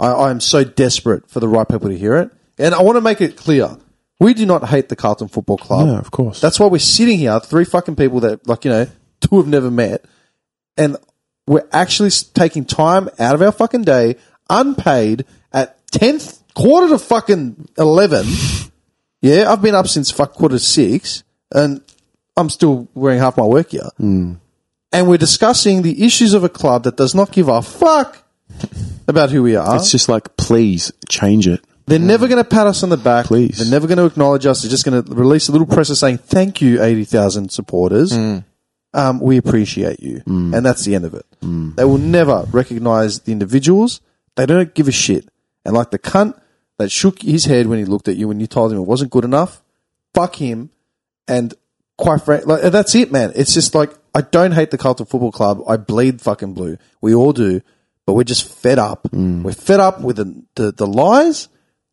Speaker 1: I, I am so desperate for the right people to hear it, and I want to make it clear. We do not hate the Carlton Football Club.
Speaker 2: No, of course.
Speaker 1: That's why we're sitting here, three fucking people that, like, you know, two have never met, and we're actually s- taking time out of our fucking day, unpaid, at tenth quarter to fucking eleven. [LAUGHS] yeah, I've been up since fuck quarter to six, and I'm still wearing half my work here.
Speaker 2: Hmm.
Speaker 1: And we're discussing the issues of a club that does not give a fuck about who we are.
Speaker 2: it's just like, please change it.
Speaker 1: They're never going to pat us on the back.
Speaker 2: Please.
Speaker 1: They're never going to acknowledge us. They're just going to release a little presser saying, thank you, 80,000 supporters. Um, we appreciate you. And that's the end of it. They will never recognize the individuals. They don't give a shit. And like the cunt that shook his head when he looked at you when you told him it wasn't good enough, fuck him. And quite frankly, like, and that's it, man. It's just like, I don't hate the Carlton Football Club. I bleed fucking blue. We all do. But we're just fed up. We're fed up with the, the, the lies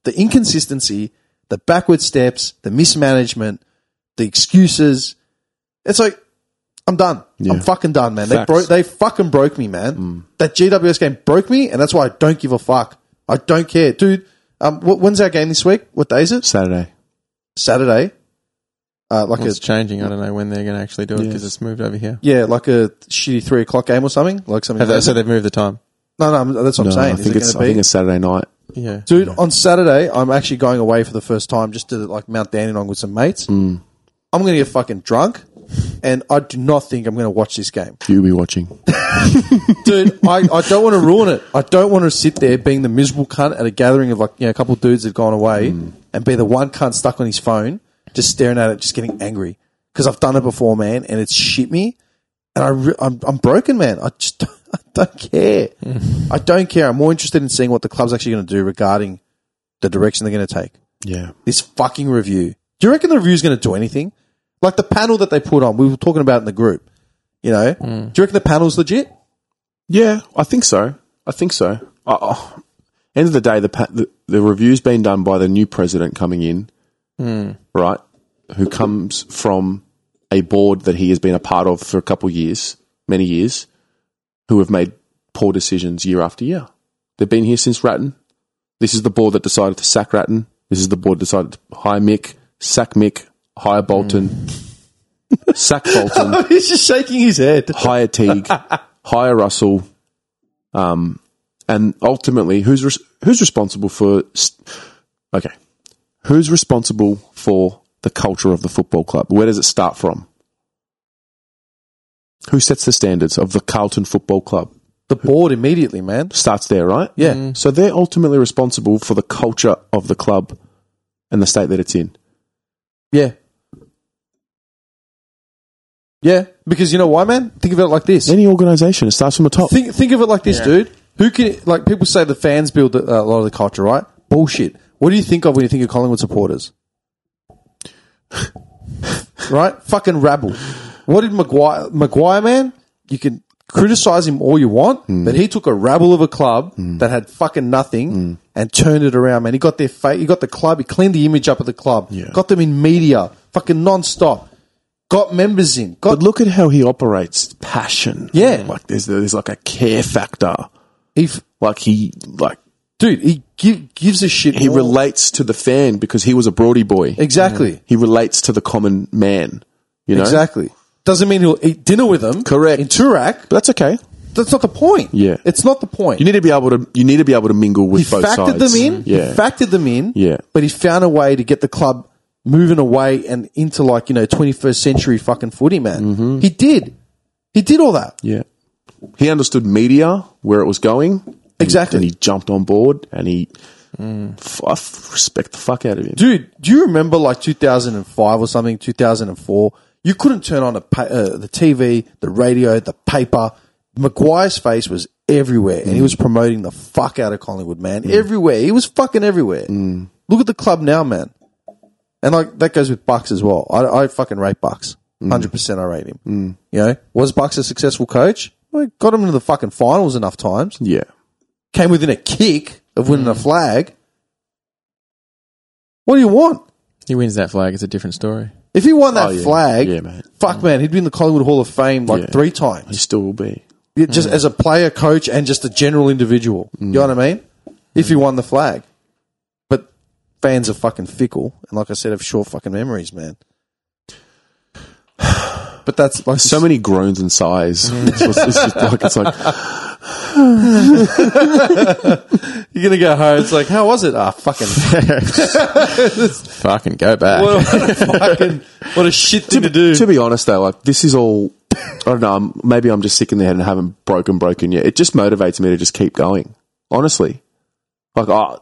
Speaker 1: the inconsistency, the backward steps, the mismanagement, the excuses. It's like I'm done. I'm fucking done, man. They
Speaker 2: Facts.
Speaker 1: broke. They fucking broke me, man. That GWS game broke me, and that's why I don't give a fuck. I don't care, dude. Um, wh- when's our game this week? What day is it?
Speaker 2: Saturday.
Speaker 1: Saturday. Uh, like
Speaker 3: It's
Speaker 1: a
Speaker 3: changing. I don't know when they're going to actually do it because it's moved over here.
Speaker 1: yeah, like a shitty three o'clock game or something. Like something.
Speaker 3: Have they,
Speaker 1: like
Speaker 3: so
Speaker 1: that.
Speaker 3: they've moved the time.
Speaker 1: no, no, I'm- that's what
Speaker 2: No,
Speaker 1: I'm saying.
Speaker 2: I
Speaker 1: Is
Speaker 2: think
Speaker 1: it
Speaker 2: it's
Speaker 1: gonna
Speaker 2: I
Speaker 1: be-
Speaker 2: think it's Saturday night.
Speaker 3: Yeah.
Speaker 1: Dude, on Saturday, I'm actually going away for the first time just to like Mount Dandenong with some mates.
Speaker 2: Hmm.
Speaker 1: I'm going to get fucking drunk, and I do not think I'm going to watch this game.
Speaker 2: You'll be watching.
Speaker 1: Dude, I, I don't want to ruin it. I don't want to sit there being the miserable cunt at a gathering of like, you know, a couple of dudes that have gone away and be the one cunt stuck on his phone, just staring at it, just getting angry. Because I've done it before, man, and it's shit me. And I re- I'm, I'm broken, man. I just [LAUGHS] I don't care. I don't care. I'm more interested in seeing what the club's actually going to do regarding the direction they're going to take
Speaker 2: Yeah.
Speaker 1: this fucking review. Do you reckon the review's going to do anything? Like the panel that they put on, we were talking about it in the group. You know, do you reckon the panel's legit?
Speaker 2: Yeah, I think so. I think so. I, I- end of the day, the, pa- the the review's been done by the new president coming in, right? Who comes from a board that he has been a part of for a couple of years, many years, who have made poor decisions year after year. They've been here since Ratton. This is the board that decided to sack Ratton. This is the board that decided to hire Mick, sack Mick, hire Bolton, sack Bolton
Speaker 1: [LAUGHS] He's just shaking his head.
Speaker 2: higher
Speaker 1: [LAUGHS]
Speaker 2: Teague, higher Russell, um, and ultimately, who's res- who's responsible for? St- okay, who's responsible for the culture of the football club? Where does it start from? Who sets the standards of the Carlton Football Club?
Speaker 1: The board immediately, man.
Speaker 2: Starts there, right?
Speaker 1: Yeah.
Speaker 2: So they're ultimately responsible for the culture of the club and the state that it's in.
Speaker 1: Yeah. Yeah. Because you know why, man? Think of it like this.
Speaker 2: Any organisation, it starts from the top.
Speaker 1: Oh. Think, think of it like this, dude. Who can, like, people say the fans build uh, a lot of the culture, right? Bullshit. What do you think of when you think of Collingwood supporters? [LAUGHS] right? Fucking rabble. What did Maguire, Maguire, man? You can criticize him all you want,
Speaker 2: Hmm.
Speaker 1: but he took a rabble of a club that had fucking nothing
Speaker 2: Hmm.
Speaker 1: and turned it around, man. He got their fa- he got the club, he cleaned the image up of the club, got them in media, fucking non-stop, got members in, got
Speaker 2: But look at how he operates. Passion.
Speaker 1: Yeah.
Speaker 2: Like there's there's like a care factor.
Speaker 1: he f-
Speaker 2: Like he like
Speaker 1: dude, he gi- gives a shit.
Speaker 2: he
Speaker 1: more.
Speaker 2: relates to the fan because he was a Brody boy.
Speaker 1: Exactly.
Speaker 2: He relates to the common man. You know?
Speaker 1: Exactly. Doesn't mean he'll eat dinner with them.
Speaker 2: Correct.
Speaker 1: In Turak.
Speaker 2: But that's okay.
Speaker 1: That's not the point.
Speaker 2: Yeah.
Speaker 1: It's not the point.
Speaker 2: You need to be able to you need to be able to mingle with
Speaker 1: he
Speaker 2: both
Speaker 1: factored
Speaker 2: sides.
Speaker 1: them in.
Speaker 2: Yeah.
Speaker 1: He factored them in.
Speaker 2: Yeah.
Speaker 1: But he found a way to get the club moving away and into like, you know, 21st century fucking footy, man.
Speaker 2: Mm-hmm.
Speaker 1: He did. He did all that.
Speaker 2: yeah. He understood media, where it was going.
Speaker 1: Exactly.
Speaker 2: And he jumped on board and he f- I f- respect the fuck out of him.
Speaker 1: Dude, do you remember like 2005 or something, 2004? You couldn't turn on a pa- uh, the TV, the radio, the paper. Maguire's face was everywhere, and he was promoting the fuck out of Collingwood, man. Everywhere. He was fucking everywhere. Look at the club now, man. And like that goes with Bucks as well. I, I fucking rate Bucks. Hundred percent, I rate him. Mm. You know, was Bucks a successful coach? Well, got him into the fucking finals enough times.
Speaker 2: Yeah.
Speaker 1: Came within a kick of winning a flag. What do you want?
Speaker 3: He wins that flag. It's a different story.
Speaker 1: If he won that
Speaker 2: Oh, yeah.
Speaker 1: flag,
Speaker 2: Yeah, mate.
Speaker 1: fuck man, he'd be in the Collingwood Hall of Fame like
Speaker 2: Yeah.
Speaker 1: three times.
Speaker 2: He still will be.
Speaker 1: Yeah, just as a player, coach, and just a general individual. You know what I mean? If you won the flag. But fans are fucking fickle. And like I said, have short fucking memories, man. [SIGHS] But that's like
Speaker 2: So many groans and sighs. [LAUGHS]
Speaker 1: Mm.
Speaker 2: it's, just, it's just like it's like
Speaker 1: You're going to go home. It's like, how was it? Ah, [LAUGHS] fucking.
Speaker 3: Fucking go back.
Speaker 1: What a, [LAUGHS] what a fucking. What a shit thing to do.
Speaker 2: To be honest, though, like this is all. I don't know. I'm- Maybe I'm just sick in the head and haven't broken, broken yet. It just motivates me to just keep going. Honestly, like, oh,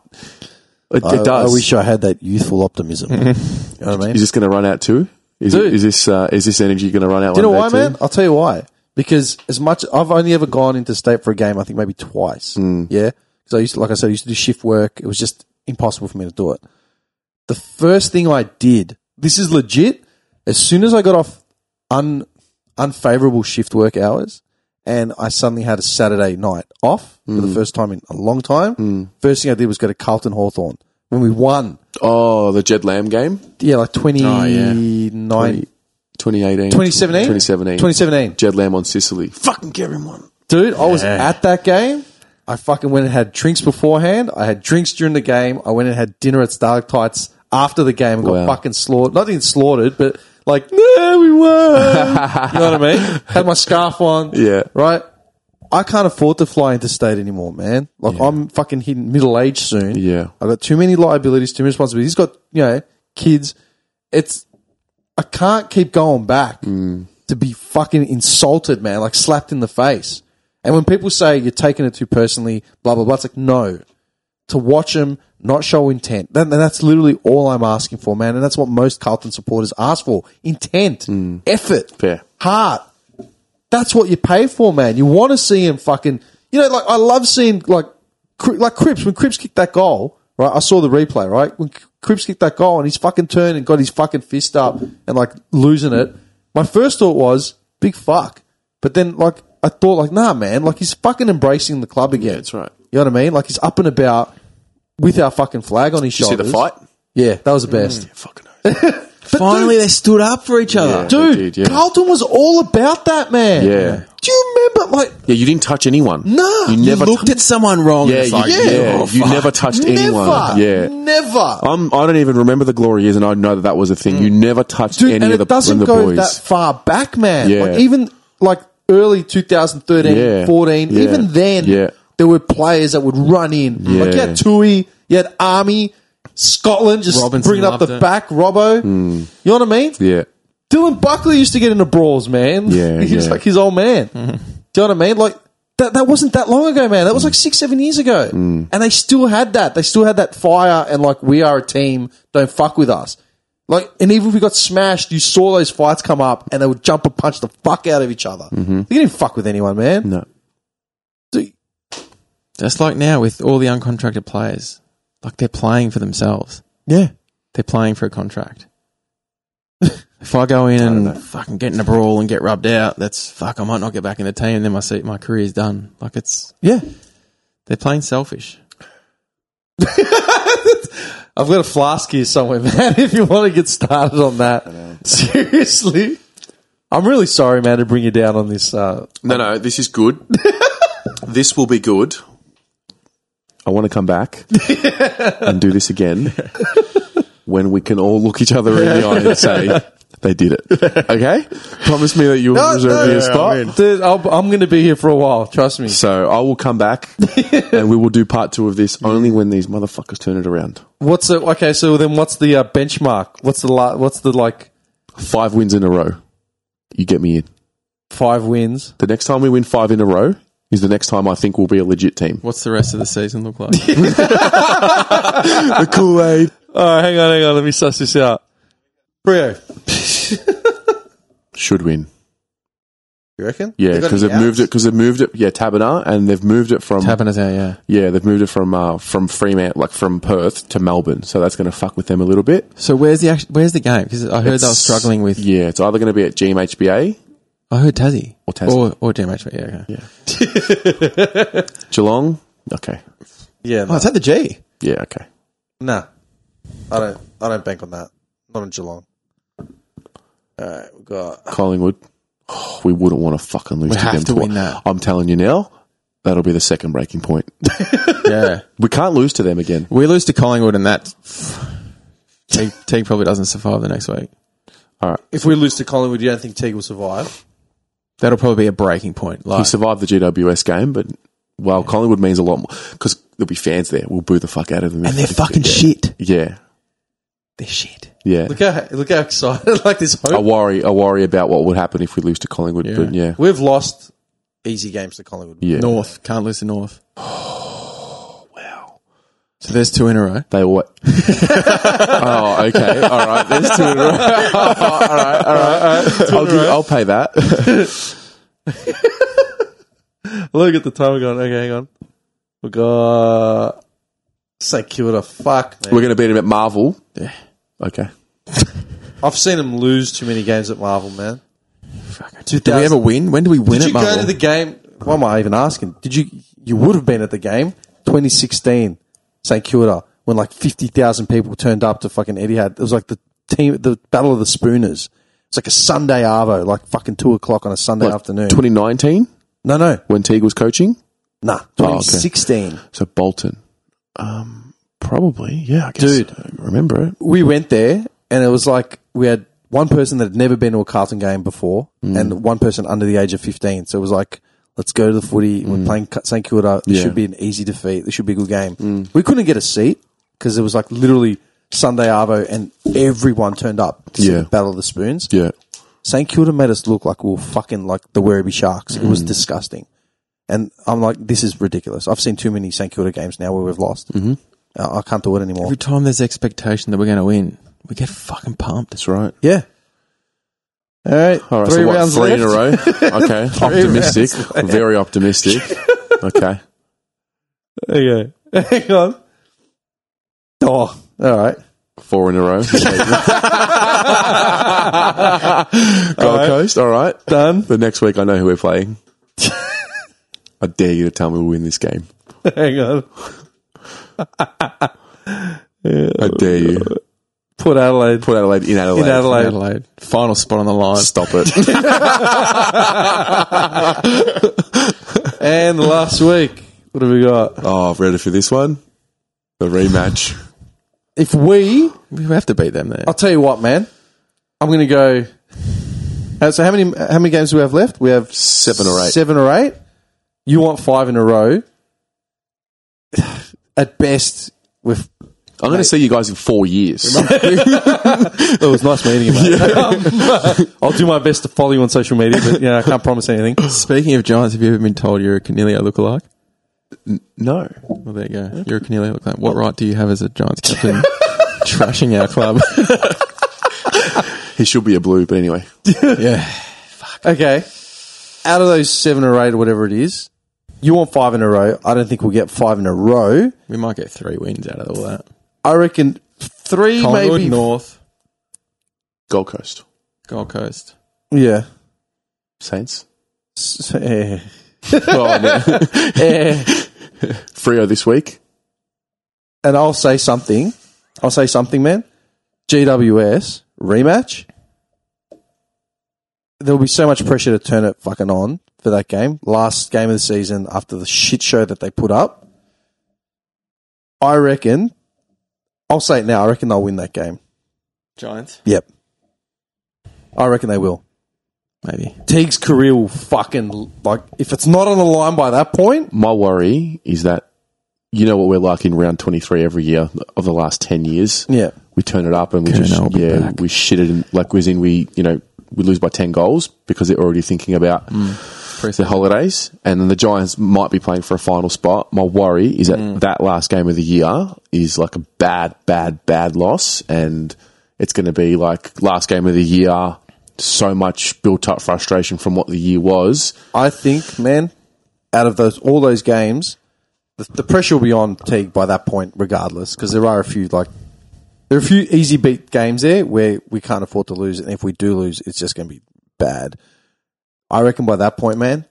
Speaker 2: it,
Speaker 1: I,
Speaker 2: it does.
Speaker 1: I wish I had that youthful optimism. [LAUGHS] you know what I mean?
Speaker 2: Is this going to run out too? Is, it,
Speaker 1: Dude.
Speaker 2: is this uh, is this energy going to run out?
Speaker 1: Do you know
Speaker 2: one
Speaker 1: why,
Speaker 2: day too?
Speaker 1: man? I'll tell you why. Because as much I've only ever gone into state for a game, I think maybe twice.
Speaker 2: Hmm.
Speaker 1: Yeah, because I used to, like I said, I used to do shift work. It was just impossible for me to do it. The first thing I did, this is legit. As soon as I got off un, unfavorable shift work hours, and I suddenly had a Saturday night off for
Speaker 2: Hmm.
Speaker 1: the first time in a long time, first thing I did was go to Carlton Hawthorn when we won.
Speaker 2: Oh, the Jed Lamb game,
Speaker 1: Yeah, like twenty
Speaker 3: yeah.
Speaker 1: nine,
Speaker 2: 2018.
Speaker 1: 2017?
Speaker 2: 2017.
Speaker 1: 2017.
Speaker 2: Jed Lamb on Sicily. Fucking get him one.
Speaker 1: Dude, I was at that game. I fucking went and had drinks beforehand. I had drinks during the game. I went and had dinner at Stalactites after the game and got
Speaker 2: Wow.
Speaker 1: fucking slaughtered. Not even slaughtered, but like, no,
Speaker 2: [LAUGHS]
Speaker 1: we won. you know what I mean? Had my scarf on.
Speaker 2: Yeah.
Speaker 1: Right? I can't afford to fly interstate anymore, man. Like, I'm fucking hitting middle age soon.
Speaker 2: Yeah.
Speaker 1: I've got too many liabilities, too many responsibilities. He's got, you know, kids. It's, I can't keep going back
Speaker 2: Mm.
Speaker 1: to be fucking insulted, man, like slapped in the face. And when people say you're taking it too personally, blah, blah, blah, it's like, no. To watch them not show intent. Then then that's literally all I'm asking for, man. And that's what most Carlton supporters ask for intent, effort,
Speaker 2: Fair.
Speaker 1: heart. That's what you pay for, man. You want to see him fucking. You know, like I love seeing like Cri- like Cripps when Cripps kicked that goal. Right, I saw the replay. Right, when Cripps kicked that goal and he's fucking turned and got his fucking fist up and like losing it. My first thought was big fuck, but then like I thought like nah, man, like he's fucking embracing the club again.
Speaker 2: that's right.
Speaker 1: You know what I mean? Like he's up and about with our fucking flag on his
Speaker 2: You see
Speaker 1: shoulders.
Speaker 2: the fight? Mm.
Speaker 1: Yeah, that was the best.
Speaker 2: Fucking oath.
Speaker 3: Finally, they stood up for each other.
Speaker 2: Yeah.
Speaker 1: Dude,
Speaker 2: They did, yeah.
Speaker 1: Carlton was all about that man.
Speaker 2: Yeah.
Speaker 1: Do you remember? Like,
Speaker 2: yeah, you didn't touch anyone.
Speaker 1: no,
Speaker 2: you never
Speaker 3: you looked at someone wrong.
Speaker 2: Yeah,
Speaker 3: and it's like,
Speaker 2: you, yeah,
Speaker 3: oh,
Speaker 2: you
Speaker 3: fuck.
Speaker 2: never touched
Speaker 1: never,
Speaker 2: anyone. Yeah, Uh,
Speaker 1: never.
Speaker 2: I'm, I don't even remember the glory years, and I know that that was a thing. You never touched
Speaker 1: Mm. Dude,
Speaker 2: any
Speaker 1: and
Speaker 2: of the,
Speaker 1: it doesn't
Speaker 2: the
Speaker 1: go
Speaker 2: boys.
Speaker 1: that far back, man.
Speaker 2: Yeah.
Speaker 1: Like, even like early 2013,
Speaker 2: Yeah.
Speaker 1: 14.
Speaker 2: Yeah.
Speaker 1: Even then,
Speaker 2: Yeah.
Speaker 1: there were players that would run in. Like you
Speaker 2: Yeah.
Speaker 1: had Tui, you had Army, Scotland just
Speaker 3: Robinson
Speaker 1: bringing up
Speaker 3: loved
Speaker 1: the
Speaker 3: it.
Speaker 1: back, Robbo.
Speaker 2: Hmm.
Speaker 1: You know what I mean?
Speaker 2: yeah,
Speaker 1: Dylan Buckley used to get into brawls, man. [LAUGHS]
Speaker 2: Yeah,
Speaker 1: he was
Speaker 2: yeah. Mm-hmm.
Speaker 1: like his old man. Do you know what I mean? Like that, that wasn't that long ago, man. That was like six, seven years ago,
Speaker 2: Mm.
Speaker 1: and they still had that. They still had that fire, and like we are a team. Don't fuck with us. Like, and even if we got smashed, you saw those fights come up, and they would jump and punch the fuck out of each other. They didn't fuck with anyone, man.
Speaker 2: Mm-hmm. no,
Speaker 1: Dude,
Speaker 3: That's like now with all the uncontracted players. Like they're playing for themselves.
Speaker 1: yeah,
Speaker 3: They're playing for a contract. [LAUGHS] if I go in and fucking get in a brawl and get rubbed out, that's fuck. I might not get back in the team. Then my se- my career's done. Like it's
Speaker 1: yeah.
Speaker 3: they're playing selfish.
Speaker 1: I've got a flask here somewhere, [LAUGHS] man. If you want to get started on that, [LAUGHS] seriously, I'm really sorry, man, to bring you down on this. Uh,
Speaker 2: no, no. This is
Speaker 1: [LAUGHS]
Speaker 2: good. this will be good. I want to come
Speaker 1: [LAUGHS]
Speaker 2: back and do this again when we can all look each other in the eye and say they did
Speaker 1: [LAUGHS]
Speaker 2: it. Okay, promise me that you will reserve me a spot.
Speaker 1: Dude, I'll, I'm going to be here for a while. Trust me.
Speaker 2: So I will come
Speaker 1: [LAUGHS]
Speaker 2: back and we will do part two of this only when these motherfuckers turn it around.
Speaker 1: What's the okay? So then, what's the uh, benchmark? What's the la- what's the like
Speaker 2: Five wins in a row. You get me in.
Speaker 1: five wins?
Speaker 2: The next time we win five in a row is the next time I think we'll be a legit
Speaker 3: [LAUGHS]
Speaker 2: team.
Speaker 3: What's the rest of the season look [LAUGHS] like?
Speaker 2: The Kool Aid.
Speaker 1: All right, hang on, hang on. Let me suss this out. Brio,
Speaker 2: Should win.
Speaker 1: You reckon?
Speaker 2: Yeah,
Speaker 1: got
Speaker 2: because
Speaker 1: any
Speaker 2: they've moved it.
Speaker 1: outs?
Speaker 2: Because they've moved it. Yeah, Tabana, and they've moved it from
Speaker 3: Tabernas out, yeah.
Speaker 2: yeah, they've moved it from uh, from Fremantle, like from Perth to Melbourne. So that's going to fuck with them a little bit.
Speaker 3: So where's the action, where's the game? Because I heard they were struggling with.
Speaker 2: Yeah, it's either going to be at GMHBA,
Speaker 3: I heard Tassie
Speaker 2: Or Tassie.
Speaker 3: or or DMH. Yeah, okay.
Speaker 2: Geelong. Okay,
Speaker 1: Yeah,
Speaker 3: Oh,
Speaker 1: no,
Speaker 3: it's at the G.
Speaker 2: yeah, okay.
Speaker 1: nah. I don't. I don't bank on that. Not on Geelong. All right, we've got.
Speaker 2: Collingwood. [SIGHS] Oh, we wouldn't want to fucking lose.
Speaker 3: We
Speaker 2: to
Speaker 3: have
Speaker 2: them
Speaker 3: to
Speaker 2: twi-
Speaker 3: win that.
Speaker 2: I'm telling you now. That'll be the second breaking point.
Speaker 3: [LAUGHS] Yeah,
Speaker 2: We can't lose to them again.
Speaker 3: we lose to Collingwood, and that Teague, Teague probably doesn't survive the next week.
Speaker 1: If we lose to Collingwood, you don't think Teague will survive?
Speaker 3: That'll probably be a breaking point.
Speaker 2: He
Speaker 3: Like,
Speaker 2: survived the GWS game, but well, Collingwood means a lot more because there'll be fans there. We'll boo the fuck out of them. [LAUGHS]
Speaker 3: and they're fucking shit.
Speaker 2: yeah,
Speaker 3: They're shit.
Speaker 2: yeah.
Speaker 1: Look how look how excited [LAUGHS] like this
Speaker 2: I
Speaker 1: hope.
Speaker 2: worry. I worry about what would happen if we lose to Collingwood. But yeah,
Speaker 1: We've lost easy games to Collingwood.
Speaker 2: yeah.
Speaker 3: North can't lose to [GASPS] North.
Speaker 2: Wow.
Speaker 3: So there's two in a row.
Speaker 2: They what? [LAUGHS] oh, okay. All right. There's two [LAUGHS] in a row. all right. All right. All right. I'll, do, I'll pay that.
Speaker 1: Look at the time we're going. Okay, hang on. We got St Kilda. Fuck, man.
Speaker 2: We're going to beat him at Marvel. Yeah. Okay.
Speaker 1: I've seen them lose too many games at Marvel, man.
Speaker 3: Did we ever win? When do we win
Speaker 1: Did
Speaker 3: at
Speaker 1: you
Speaker 3: Marvel?
Speaker 1: go to the game? Why am I even asking? Did you? You would have been at the game, 2016, St Kilda, when like 50,000 people turned up to fucking Etihad. It was like the team, the Battle of the Spooners. It's like a Sunday arvo, like fucking two o'clock on a Sunday afternoon.
Speaker 2: 2019
Speaker 1: no, no,
Speaker 2: when Teague was coaching.
Speaker 1: nah,
Speaker 2: okay.
Speaker 1: 2016.
Speaker 2: So Bolton. Um, probably. Yeah. I guess.
Speaker 1: Dude.
Speaker 2: I remember it.
Speaker 1: we went there and it was like we had one person that had never been to a Carlton game before
Speaker 2: Mm.
Speaker 1: and one person under the age of 15. So it was like, let's go to the footy. We're playing Cu- St Kilda.
Speaker 2: Mm. Yeah.
Speaker 1: This
Speaker 2: Mm.
Speaker 1: should be an easy defeat. This should be a good game. We couldn't get a seat because it was like literally Sunday Arvo and everyone turned up to see
Speaker 2: Yeah.
Speaker 1: the Battle of the Spoons.
Speaker 2: Yeah.
Speaker 1: St Kilda made us look like we were fucking like the Werribee Sharks. It
Speaker 2: Mm.
Speaker 1: was disgusting. And I'm like, this is ridiculous. I've seen too many St Kilda games now where we've lost. Mm-hmm. I can't do it anymore.
Speaker 3: Every time there's expectation that we're going to win, we get fucking pumped.
Speaker 2: That's right.
Speaker 1: Yeah. All right.
Speaker 2: All right,
Speaker 1: three
Speaker 2: so what,
Speaker 1: rounds
Speaker 2: three
Speaker 1: left. [LAUGHS]
Speaker 2: in a row. Okay, optimistic, very optimistic. Okay,
Speaker 1: Okay. [LAUGHS] Hang on. Oh, all right.
Speaker 2: four in a
Speaker 1: [LAUGHS]
Speaker 2: row. [LAUGHS] Gold Coast. All right.
Speaker 1: Done. [LAUGHS]
Speaker 2: The next week, I know who we're playing. [LAUGHS] I dare you to tell me we win this game.
Speaker 1: Hang on.
Speaker 2: I dare you.
Speaker 1: Put Adelaide
Speaker 2: Put Adelaide in Adelaide.
Speaker 1: Oh, in Adelaide.
Speaker 3: Adelaide final spot on the line.
Speaker 2: Stop it.
Speaker 1: [LAUGHS] And last week, what have we got?
Speaker 2: oh, I've ready for this one. The rematch.
Speaker 1: If we,
Speaker 3: We have to beat them there.
Speaker 1: I'll tell you what, man. I'm going to go. Uh, so how many how many games do we have left? We have
Speaker 2: Seven or eight.
Speaker 1: Seven or eight. You want five in a row? [SIGHS] At best, with
Speaker 2: I'm going to see you guys in four years.
Speaker 1: It was nice meeting you, mate. [LAUGHS] I'll do my best to follow you on social media, but yeah, I can't promise anything.
Speaker 3: Speaking of Giants, have you ever been told you're a Cornelia lookalike?
Speaker 2: no.
Speaker 3: Well, there you go. You're a Cornelia lookalike. What right do you have as a Giants
Speaker 1: [LAUGHS]
Speaker 3: captain trashing our club? [LAUGHS]
Speaker 2: He should be a blue, but anyway.
Speaker 3: yeah.
Speaker 1: Okay. Out of those seven or eight or whatever it is, you want five in a row. I don't think we'll get five in a row.
Speaker 3: We might get three wins out of all that.
Speaker 1: I reckon three,
Speaker 3: Collingwood,
Speaker 1: maybe.
Speaker 3: North,
Speaker 2: Gold Coast.
Speaker 3: Gold Coast.
Speaker 1: Yeah.
Speaker 2: Saints. [LAUGHS]
Speaker 1: S- eh.
Speaker 2: Oh, no.
Speaker 1: [LAUGHS] Eh.
Speaker 2: [LAUGHS] Frio this week.
Speaker 1: and I'll say something. I'll say something, man. GWS rematch. There'll be so much pressure to turn it fucking on for that game. Last game of the season after the shit show that they put up. I reckon. I'll say it now. I reckon they'll win that game.
Speaker 3: Giants?
Speaker 1: Yep. I reckon they will.
Speaker 3: Maybe.
Speaker 1: Teague's career will fucking like if it's not on the line by that point.
Speaker 2: My worry is that you know what we're like in round 23 every year of the last 10 years.
Speaker 1: Yeah.
Speaker 2: We turn it up and we
Speaker 3: Turn it
Speaker 2: just,
Speaker 3: up, we'll be
Speaker 2: yeah,
Speaker 3: back.
Speaker 2: we shit it in, like, we in, we, you know, we lose by 10 goals because they're already thinking about
Speaker 3: Mm.
Speaker 2: the holidays. And then the Giants might be playing for a final spot. My worry is that
Speaker 3: Mm.
Speaker 2: that last game of the year is like a bad, bad, bad loss. And it's going to be like last game of the year, so much built up frustration from what the year was.
Speaker 1: I think, man, out of those all those games, the, the pressure will be on Teague by that point, regardless, because there are a few like there are a few easy beat games there where we can't afford to lose, and if we do lose, it's just going to be bad. I reckon by that point, man,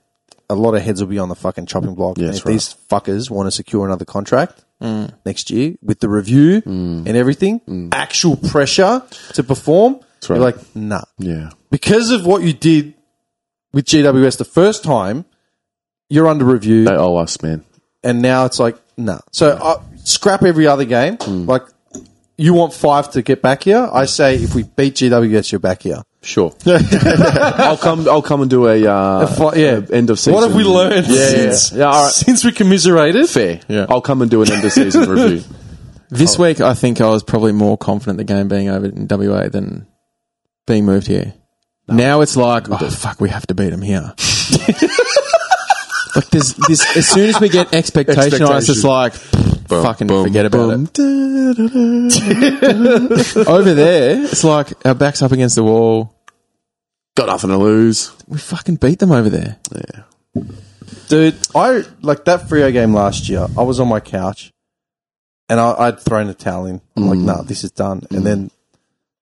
Speaker 1: a lot of heads will be on the fucking chopping block. and
Speaker 2: that's Mm.
Speaker 1: if these fuckers want to secure another contract next year with the review and everything, actual pressure to perform, you're
Speaker 2: right.
Speaker 1: like, nah
Speaker 2: Yeah.
Speaker 1: because of what you did with GWS the first time, you're under review,
Speaker 2: They owe us, man.
Speaker 1: and now it's like nah. So uh, scrap every other game. Like you want five to get back here. I say if we beat GWS, you're back here. [LAUGHS]
Speaker 2: Sure. I'll come I'll come and do a, uh,
Speaker 1: Fi- yeah.
Speaker 2: end of season.
Speaker 1: What have
Speaker 3: Mm.
Speaker 1: we learned
Speaker 2: Yeah, yeah, yeah.
Speaker 1: since
Speaker 2: Yeah, all right.
Speaker 1: since we commiserated?
Speaker 2: Fair.
Speaker 3: Yeah.
Speaker 2: I'll come and do an end of
Speaker 1: [LAUGHS]
Speaker 2: season review.
Speaker 3: This week, I think I was probably more confident the game being over in WA than being moved here. Now it's like, oh, fuck, we have to beat them here. [LAUGHS] like, there's this, as soon as we get expectation, on us, it's
Speaker 2: Expectation.
Speaker 3: like, fucking forget about it. Over there, it's like our backs up against the wall.
Speaker 2: Got nothing to lose.
Speaker 3: We fucking beat them over there.
Speaker 1: Dude, I like that Frio game last year. I was on my couch, and I, I'd thrown a towel in. I'm like, nah, this is done. And then,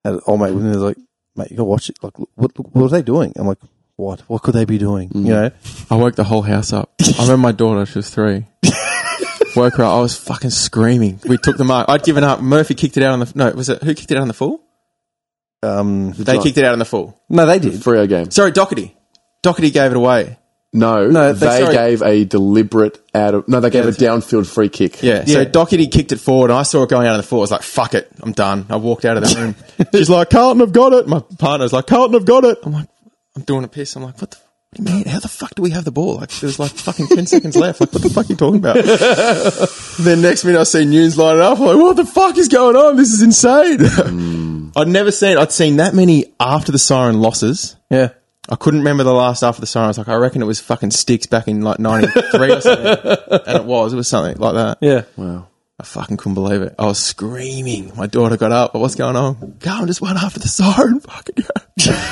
Speaker 1: and oh mate, women was like, mate, you gotta watch it. Like, look, what, look, what are they doing? I'm like, what? What could they be doing? You know?
Speaker 3: I woke the whole house up. I remember my daughter, she was three. woke her up. I was fucking screaming. We took the mark. I'd given up. Murphy kicked it out on the. No, was it. Who kicked it out on the full?
Speaker 1: Um,
Speaker 3: They kicked it out on the full.
Speaker 1: no, they did.
Speaker 2: Free our game.
Speaker 3: Sorry, Doherty. Doherty gave it away.
Speaker 2: No,
Speaker 1: No, they-
Speaker 2: they
Speaker 1: sorry.
Speaker 2: gave a deliberate out of no, they gave a downfield free kick.
Speaker 3: Yeah. So Doherty kicked it forward, and I saw it going out on the floor. I was like, fuck it. I'm done. I walked out of that room. [LAUGHS] She's like, Carlton, I've got it. My partner's like, Carlton, I've got it. I'm like, I'm doing a piss. I'm like, what the. What do you mean? How the fuck do we have the ball? Like, there's like fucking 10 [LAUGHS] seconds left. Like, what the fuck are you talking about? then next minute I see Nunes lining up. I'm like, what the fuck is going on? This is insane. [LAUGHS] I'd never seen, I'd seen that many after the siren losses.
Speaker 1: Yeah.
Speaker 3: I couldn't remember the last after the siren. I was like, I reckon it was fucking sticks back in like '93 or [LAUGHS] something, and it was. It was something like that.
Speaker 1: [LAUGHS] Yeah.
Speaker 2: Wow.
Speaker 3: I fucking couldn't believe it. I was screaming. My daughter got up. What's going on? Carlton just went after the siren. [LAUGHS] Fucking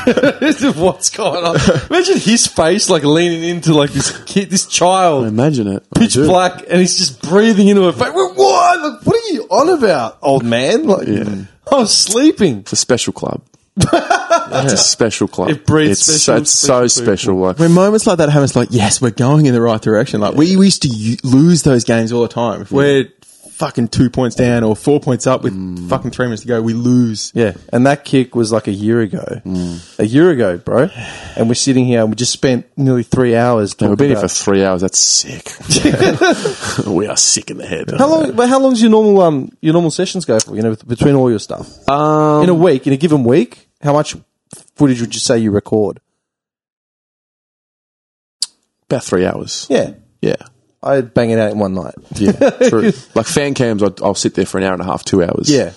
Speaker 1: What's going [LAUGHS] on? Imagine his face, like leaning into like this kid, this [LAUGHS] child,
Speaker 2: Imagine it. I
Speaker 1: pitch
Speaker 2: do.
Speaker 1: black, and he's just breathing into her face. What? Like, what are you on about, old man? Like, I was sleeping.
Speaker 2: It's a special
Speaker 1: [LAUGHS]
Speaker 2: club. It's a special club.
Speaker 1: It breeds
Speaker 2: it's
Speaker 1: special-
Speaker 2: so, it's so
Speaker 1: special
Speaker 2: special. Like
Speaker 3: when moments like that happen, it's like, yes, we're going in the right direction. Like we used to u- lose those games all the time. If we're fucking two points down or four points up with
Speaker 2: Mm.
Speaker 3: fucking three minutes to go, we lose.
Speaker 1: Yeah, Mm. and that kick was like a year ago. A year ago, bro. And we're sitting here and we just spent nearly three hours talking
Speaker 2: we've been here for
Speaker 1: about-
Speaker 2: three hours. That's
Speaker 1: [LAUGHS]
Speaker 2: sick. [LAUGHS] we are sick in the head.
Speaker 1: how long? But how long's your normal um your normal sessions go for? You know, with- between all your stuff
Speaker 2: Um,
Speaker 1: in a week, in a given week, how much footage would you say you record?
Speaker 2: about three hours.
Speaker 1: Yeah,
Speaker 2: Yeah,
Speaker 1: I bang it out in one night.
Speaker 2: yeah. True. like fan cams, I'd, I'll sit there for an hour and a half, two hours.
Speaker 1: Yeah,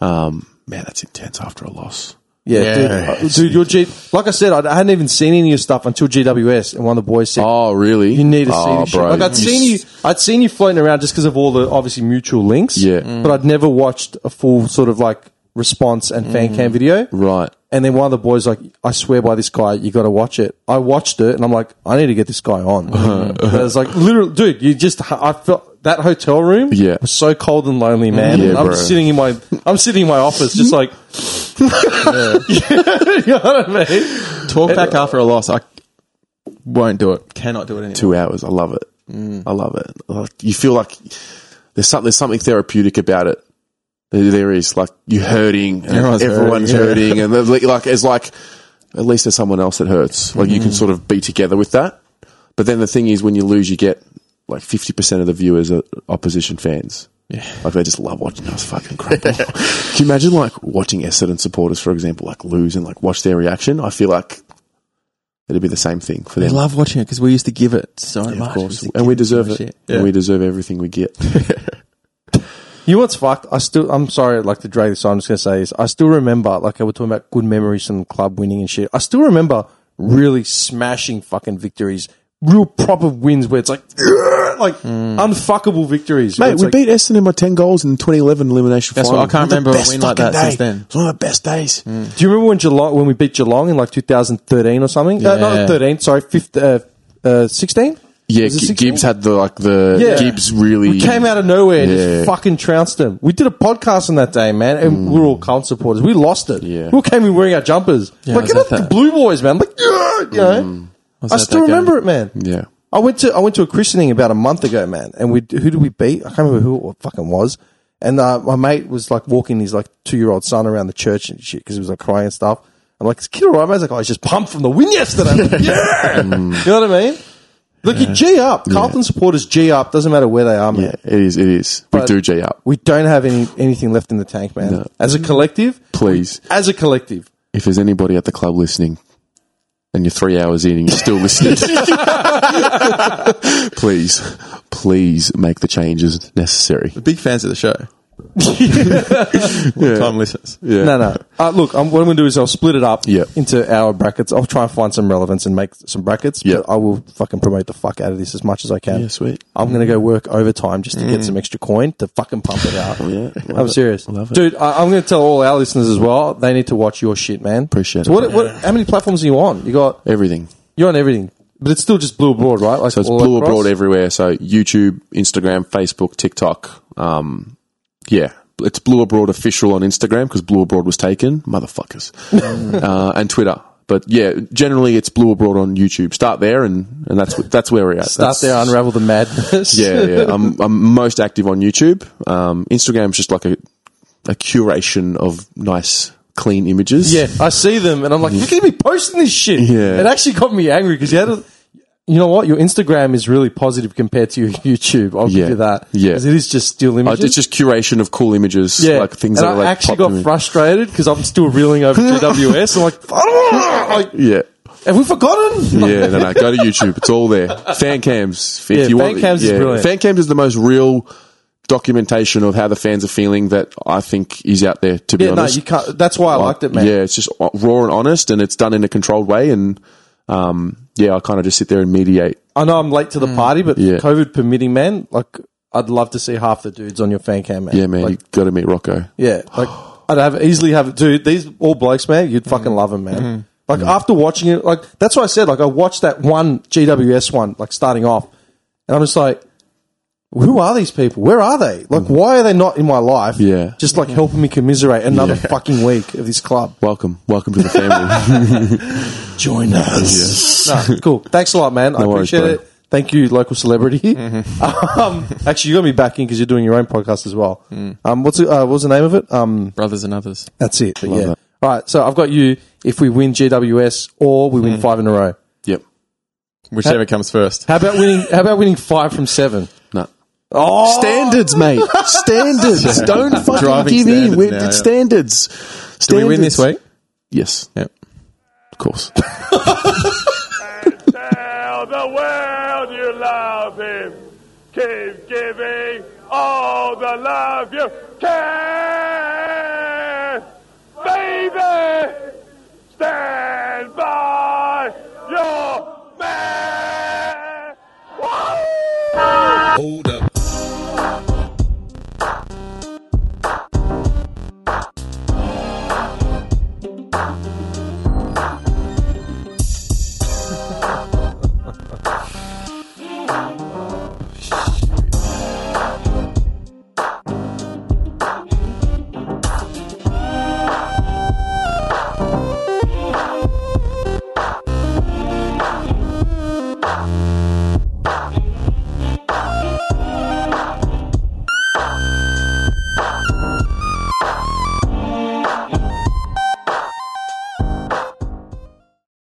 Speaker 2: Um, man, that's intense after a loss.
Speaker 1: yeah,
Speaker 3: Yeah.
Speaker 1: dude. Uh, dude, your G. Like I said, I I hadn't even seen any of your stuff until GWS, and one of the boys said,
Speaker 2: Oh, really?
Speaker 1: You need to see
Speaker 2: oh,
Speaker 1: this shit. Like I'd seen you, I'd seen you floating around just because of all the obviously mutual links.
Speaker 2: Yeah. Mm.
Speaker 1: but I'd never watched a full sort of like response and fan cam video.
Speaker 2: Right.
Speaker 1: And then one of the boys like, I swear by this guy, you got to watch it. I watched it and I'm like, I need to get this guy
Speaker 2: [LAUGHS]
Speaker 1: on. And I was like, literally, dude, you just, I felt that hotel room
Speaker 2: Yeah.
Speaker 1: was so cold and lonely, man.
Speaker 2: Yeah,
Speaker 1: and I'm
Speaker 2: bro.
Speaker 1: sitting in my, I'm sitting in my office,
Speaker 2: [LAUGHS]
Speaker 1: just like, [LAUGHS] you know what I mean?
Speaker 3: Talk back after a loss, I won't do it. Cannot do it anymore.
Speaker 2: two hours. I love it. I love it. Like, you feel like there's some, there's something therapeutic about it. There, there is like you're hurting. And
Speaker 3: Everyone's
Speaker 2: everyone's
Speaker 3: hurting,
Speaker 2: hurting, and there's like- like it's like at least there's someone else that hurts. Like you can sort of be together with that. But then the thing is, when you lose, you get like fifty percent of the viewers are opposition fans. Yeah. Like they just love watching us fucking crumble. [LAUGHS] Can you imagine like watching Essendon supporters, for example, like lose and like watch their reaction? I feel like it'd be the same thing for
Speaker 3: I
Speaker 2: them.
Speaker 3: love watching it because we used to give it so much.
Speaker 2: Of
Speaker 3: We used
Speaker 2: course.
Speaker 3: to give
Speaker 2: And we
Speaker 3: it so
Speaker 2: deserve
Speaker 3: much
Speaker 2: it.
Speaker 3: shit.
Speaker 2: And we deserve everything we
Speaker 3: [LAUGHS]
Speaker 2: get.
Speaker 1: You know what's fucked? I still, I'm sorry, like to drag this on. I'm just gonna say is, I still remember, like I was talking about good memories from the club winning and shit. I still remember really smashing fucking victories real proper wins where it's like like unfuckable victories.
Speaker 2: Hmm.
Speaker 1: where
Speaker 2: Mate,
Speaker 1: it's
Speaker 2: we
Speaker 1: like-
Speaker 2: beat Essendon by 10 goals in the 2011 elimination
Speaker 3: That's
Speaker 2: final.
Speaker 3: what- I
Speaker 2: It
Speaker 3: can't
Speaker 2: was the
Speaker 3: remember a
Speaker 2: best
Speaker 3: win like
Speaker 2: fucking
Speaker 3: that since
Speaker 2: day.
Speaker 3: then. Mm.
Speaker 2: It was one of the best days.
Speaker 1: Do you remember when Geelong when we beat Geelong in like 2013 or something? Uh,
Speaker 3: Yeah.
Speaker 1: not 13, sorry, 15, uh, uh, 16.
Speaker 2: Yeah,
Speaker 1: Was it
Speaker 2: G-
Speaker 1: 16?
Speaker 2: Gibbs had the, like, the.
Speaker 1: Yeah.
Speaker 2: Gibbs really.
Speaker 1: We came out of nowhere and
Speaker 2: Yeah.
Speaker 1: just fucking trounced them. We did a podcast on that day, man, and we were all Carlton supporters. We lost it.
Speaker 2: Yeah.
Speaker 1: We all came in wearing our jumpers. like,
Speaker 3: was
Speaker 1: get
Speaker 3: that
Speaker 1: off the
Speaker 3: that-
Speaker 1: Blue Boys, man. Like, yeah,
Speaker 2: Mm.
Speaker 1: you know.
Speaker 3: Was
Speaker 1: I
Speaker 3: that
Speaker 1: still
Speaker 3: that game?
Speaker 1: remember it, man.
Speaker 2: Yeah.
Speaker 1: I went to I went to a christening about a month ago, man. And we who did we beat? I can't remember who it fucking was. And uh, my mate was like walking his like two year old son around the church and shit because he was like crying and stuff. I'm like, is the kid alright, mate? He's like, oh, he's just pumped from the win yesterday. I'm like, yeah, you know what I mean? Look, you G up. Carlton supporters G up. Doesn't matter where they are, man.
Speaker 2: Yeah, it is. It is. we
Speaker 1: But-
Speaker 2: do G up.
Speaker 1: We don't have any anything left in the tank, man. As a collective,
Speaker 2: Please,
Speaker 1: as a collective,
Speaker 2: if there's anybody at the club listening and you're three hours in and you're still listening, [LAUGHS] please, please make the changes necessary.
Speaker 3: Big fans of the show. Long-time listeners.
Speaker 2: [LAUGHS] Yeah.
Speaker 1: No, no. Uh, look, I'm, what I'm going to do is I'll split it up
Speaker 2: Yeah.
Speaker 1: into our brackets. I'll try and find some relevance and make some brackets.
Speaker 2: Yeah.
Speaker 1: But I will fucking promote the fuck out of this as much as I can.
Speaker 2: Yeah, sweet. Mm.
Speaker 1: I'm going to go work overtime just to get some extra coin to fucking pump it out.
Speaker 2: [LAUGHS] Yeah,
Speaker 1: I'm
Speaker 2: love it.
Speaker 1: serious.
Speaker 2: Love it.
Speaker 1: Dude, I, I'm going to tell all our listeners as well. They need to watch your shit, man.
Speaker 2: Appreciate
Speaker 1: so
Speaker 2: it,
Speaker 1: What, what, how many platforms are you on? You got,
Speaker 2: Everything.
Speaker 1: you're on everything. But it's still just Blue Abroad, right? Like
Speaker 2: So it's
Speaker 1: all
Speaker 2: blue
Speaker 1: across?
Speaker 2: abroad everywhere. So YouTube, Instagram, Facebook, TikTok. Um, yeah. It's Blue Abroad official on Instagram because Blue Abroad was taken, motherfuckers, [LAUGHS]
Speaker 1: Mm.
Speaker 2: uh, and Twitter. But yeah, generally it's Blue Abroad on YouTube. Start there, and, and that's wh- that's where we're at.
Speaker 1: Start there, unravel the madness.
Speaker 2: [LAUGHS] Yeah, yeah.
Speaker 1: [LAUGHS]
Speaker 2: I'm, I'm most active on YouTube. Um, Instagram's just like a, a curation of nice, clean images.
Speaker 1: Yeah, I see them and I'm like, you can be posting this shit.
Speaker 2: Mm-hmm. Yeah.
Speaker 1: It actually got me angry because you had a, you know what? Your Instagram is really positive compared to your [LAUGHS] YouTube. I'll
Speaker 2: Yeah.
Speaker 1: give you that.
Speaker 2: Yeah.
Speaker 1: 'Cause It is just still
Speaker 2: Uh,
Speaker 1: images.
Speaker 2: it's just curation of cool images,
Speaker 1: yeah.
Speaker 2: like things
Speaker 1: and
Speaker 2: that
Speaker 1: I
Speaker 2: are like
Speaker 1: actually
Speaker 2: popping
Speaker 1: got
Speaker 2: in.
Speaker 1: frustrated because I'm still
Speaker 2: [LAUGHS]
Speaker 1: reeling over GWS. I'm like, "Fuck, like,
Speaker 2: Yeah.
Speaker 1: have we forgotten? Like,
Speaker 2: Yeah, no, no. Go to YouTube. It's all there. Fan cams. If
Speaker 1: Yeah, fan cams is brilliant.
Speaker 2: Fan cams is the most real documentation of how the fans are feeling that I think is out there. To be
Speaker 1: yeah, no,
Speaker 2: honest,
Speaker 1: you can't. That's why I liked it, man.
Speaker 2: Yeah, it's just o- raw and honest, and it's done in a controlled way. And um, yeah, I kind of just sit there and mediate.
Speaker 1: I know I'm late to the party, but
Speaker 2: Mm. Yeah.
Speaker 1: COVID permitting, man, like, I'd love to see half the dudes on your fan cam, man.
Speaker 2: Yeah, man,
Speaker 1: Like,
Speaker 2: you got to meet Rocco.
Speaker 1: Yeah, like [GASPS] Mm-hmm. I'd have easily have dude. These all blokes, man, you'd fucking love them, man. Like after watching it, like that's why I said, like I watched that one GWS one, like starting off, and I'm just like, who are these people? Where are they? Like, why are they not in my life?
Speaker 2: Yeah.
Speaker 1: just like helping me commiserate another fucking week of this club.
Speaker 2: Welcome, welcome to the
Speaker 3: [LAUGHS]
Speaker 2: family.
Speaker 1: Join us. No, cool. Thanks a lot, man. I
Speaker 2: worries,
Speaker 1: appreciate
Speaker 2: bro.
Speaker 1: it. Thank you, local celebrity. [LAUGHS] Um, actually, you got me back in because you're doing your own podcast as well. Um, what's it, uh, what was the name of it? Um,
Speaker 3: Brothers and others.
Speaker 1: That's it. But
Speaker 2: Love
Speaker 1: yeah.
Speaker 2: that.
Speaker 1: All right. So I've got you if we win GWS or we
Speaker 2: Hmm.
Speaker 1: win five in a row.
Speaker 2: yep.
Speaker 3: Whichever comes first.
Speaker 1: How about winning how about winning five from seven?
Speaker 2: No.
Speaker 1: Oh
Speaker 2: Standards, mate. Standards.
Speaker 3: [LAUGHS]
Speaker 2: Don't fucking
Speaker 3: Driving
Speaker 2: give in.
Speaker 3: standards
Speaker 2: We're,
Speaker 3: now,
Speaker 2: it's
Speaker 3: yeah.
Speaker 2: standards. standards.
Speaker 3: Do we win this week?
Speaker 2: Yes,
Speaker 3: Yep.
Speaker 2: of course.
Speaker 4: tell the world you love him. Keep giving all the love you can. Baby, stand by your man. Woo!
Speaker 5: Hold up.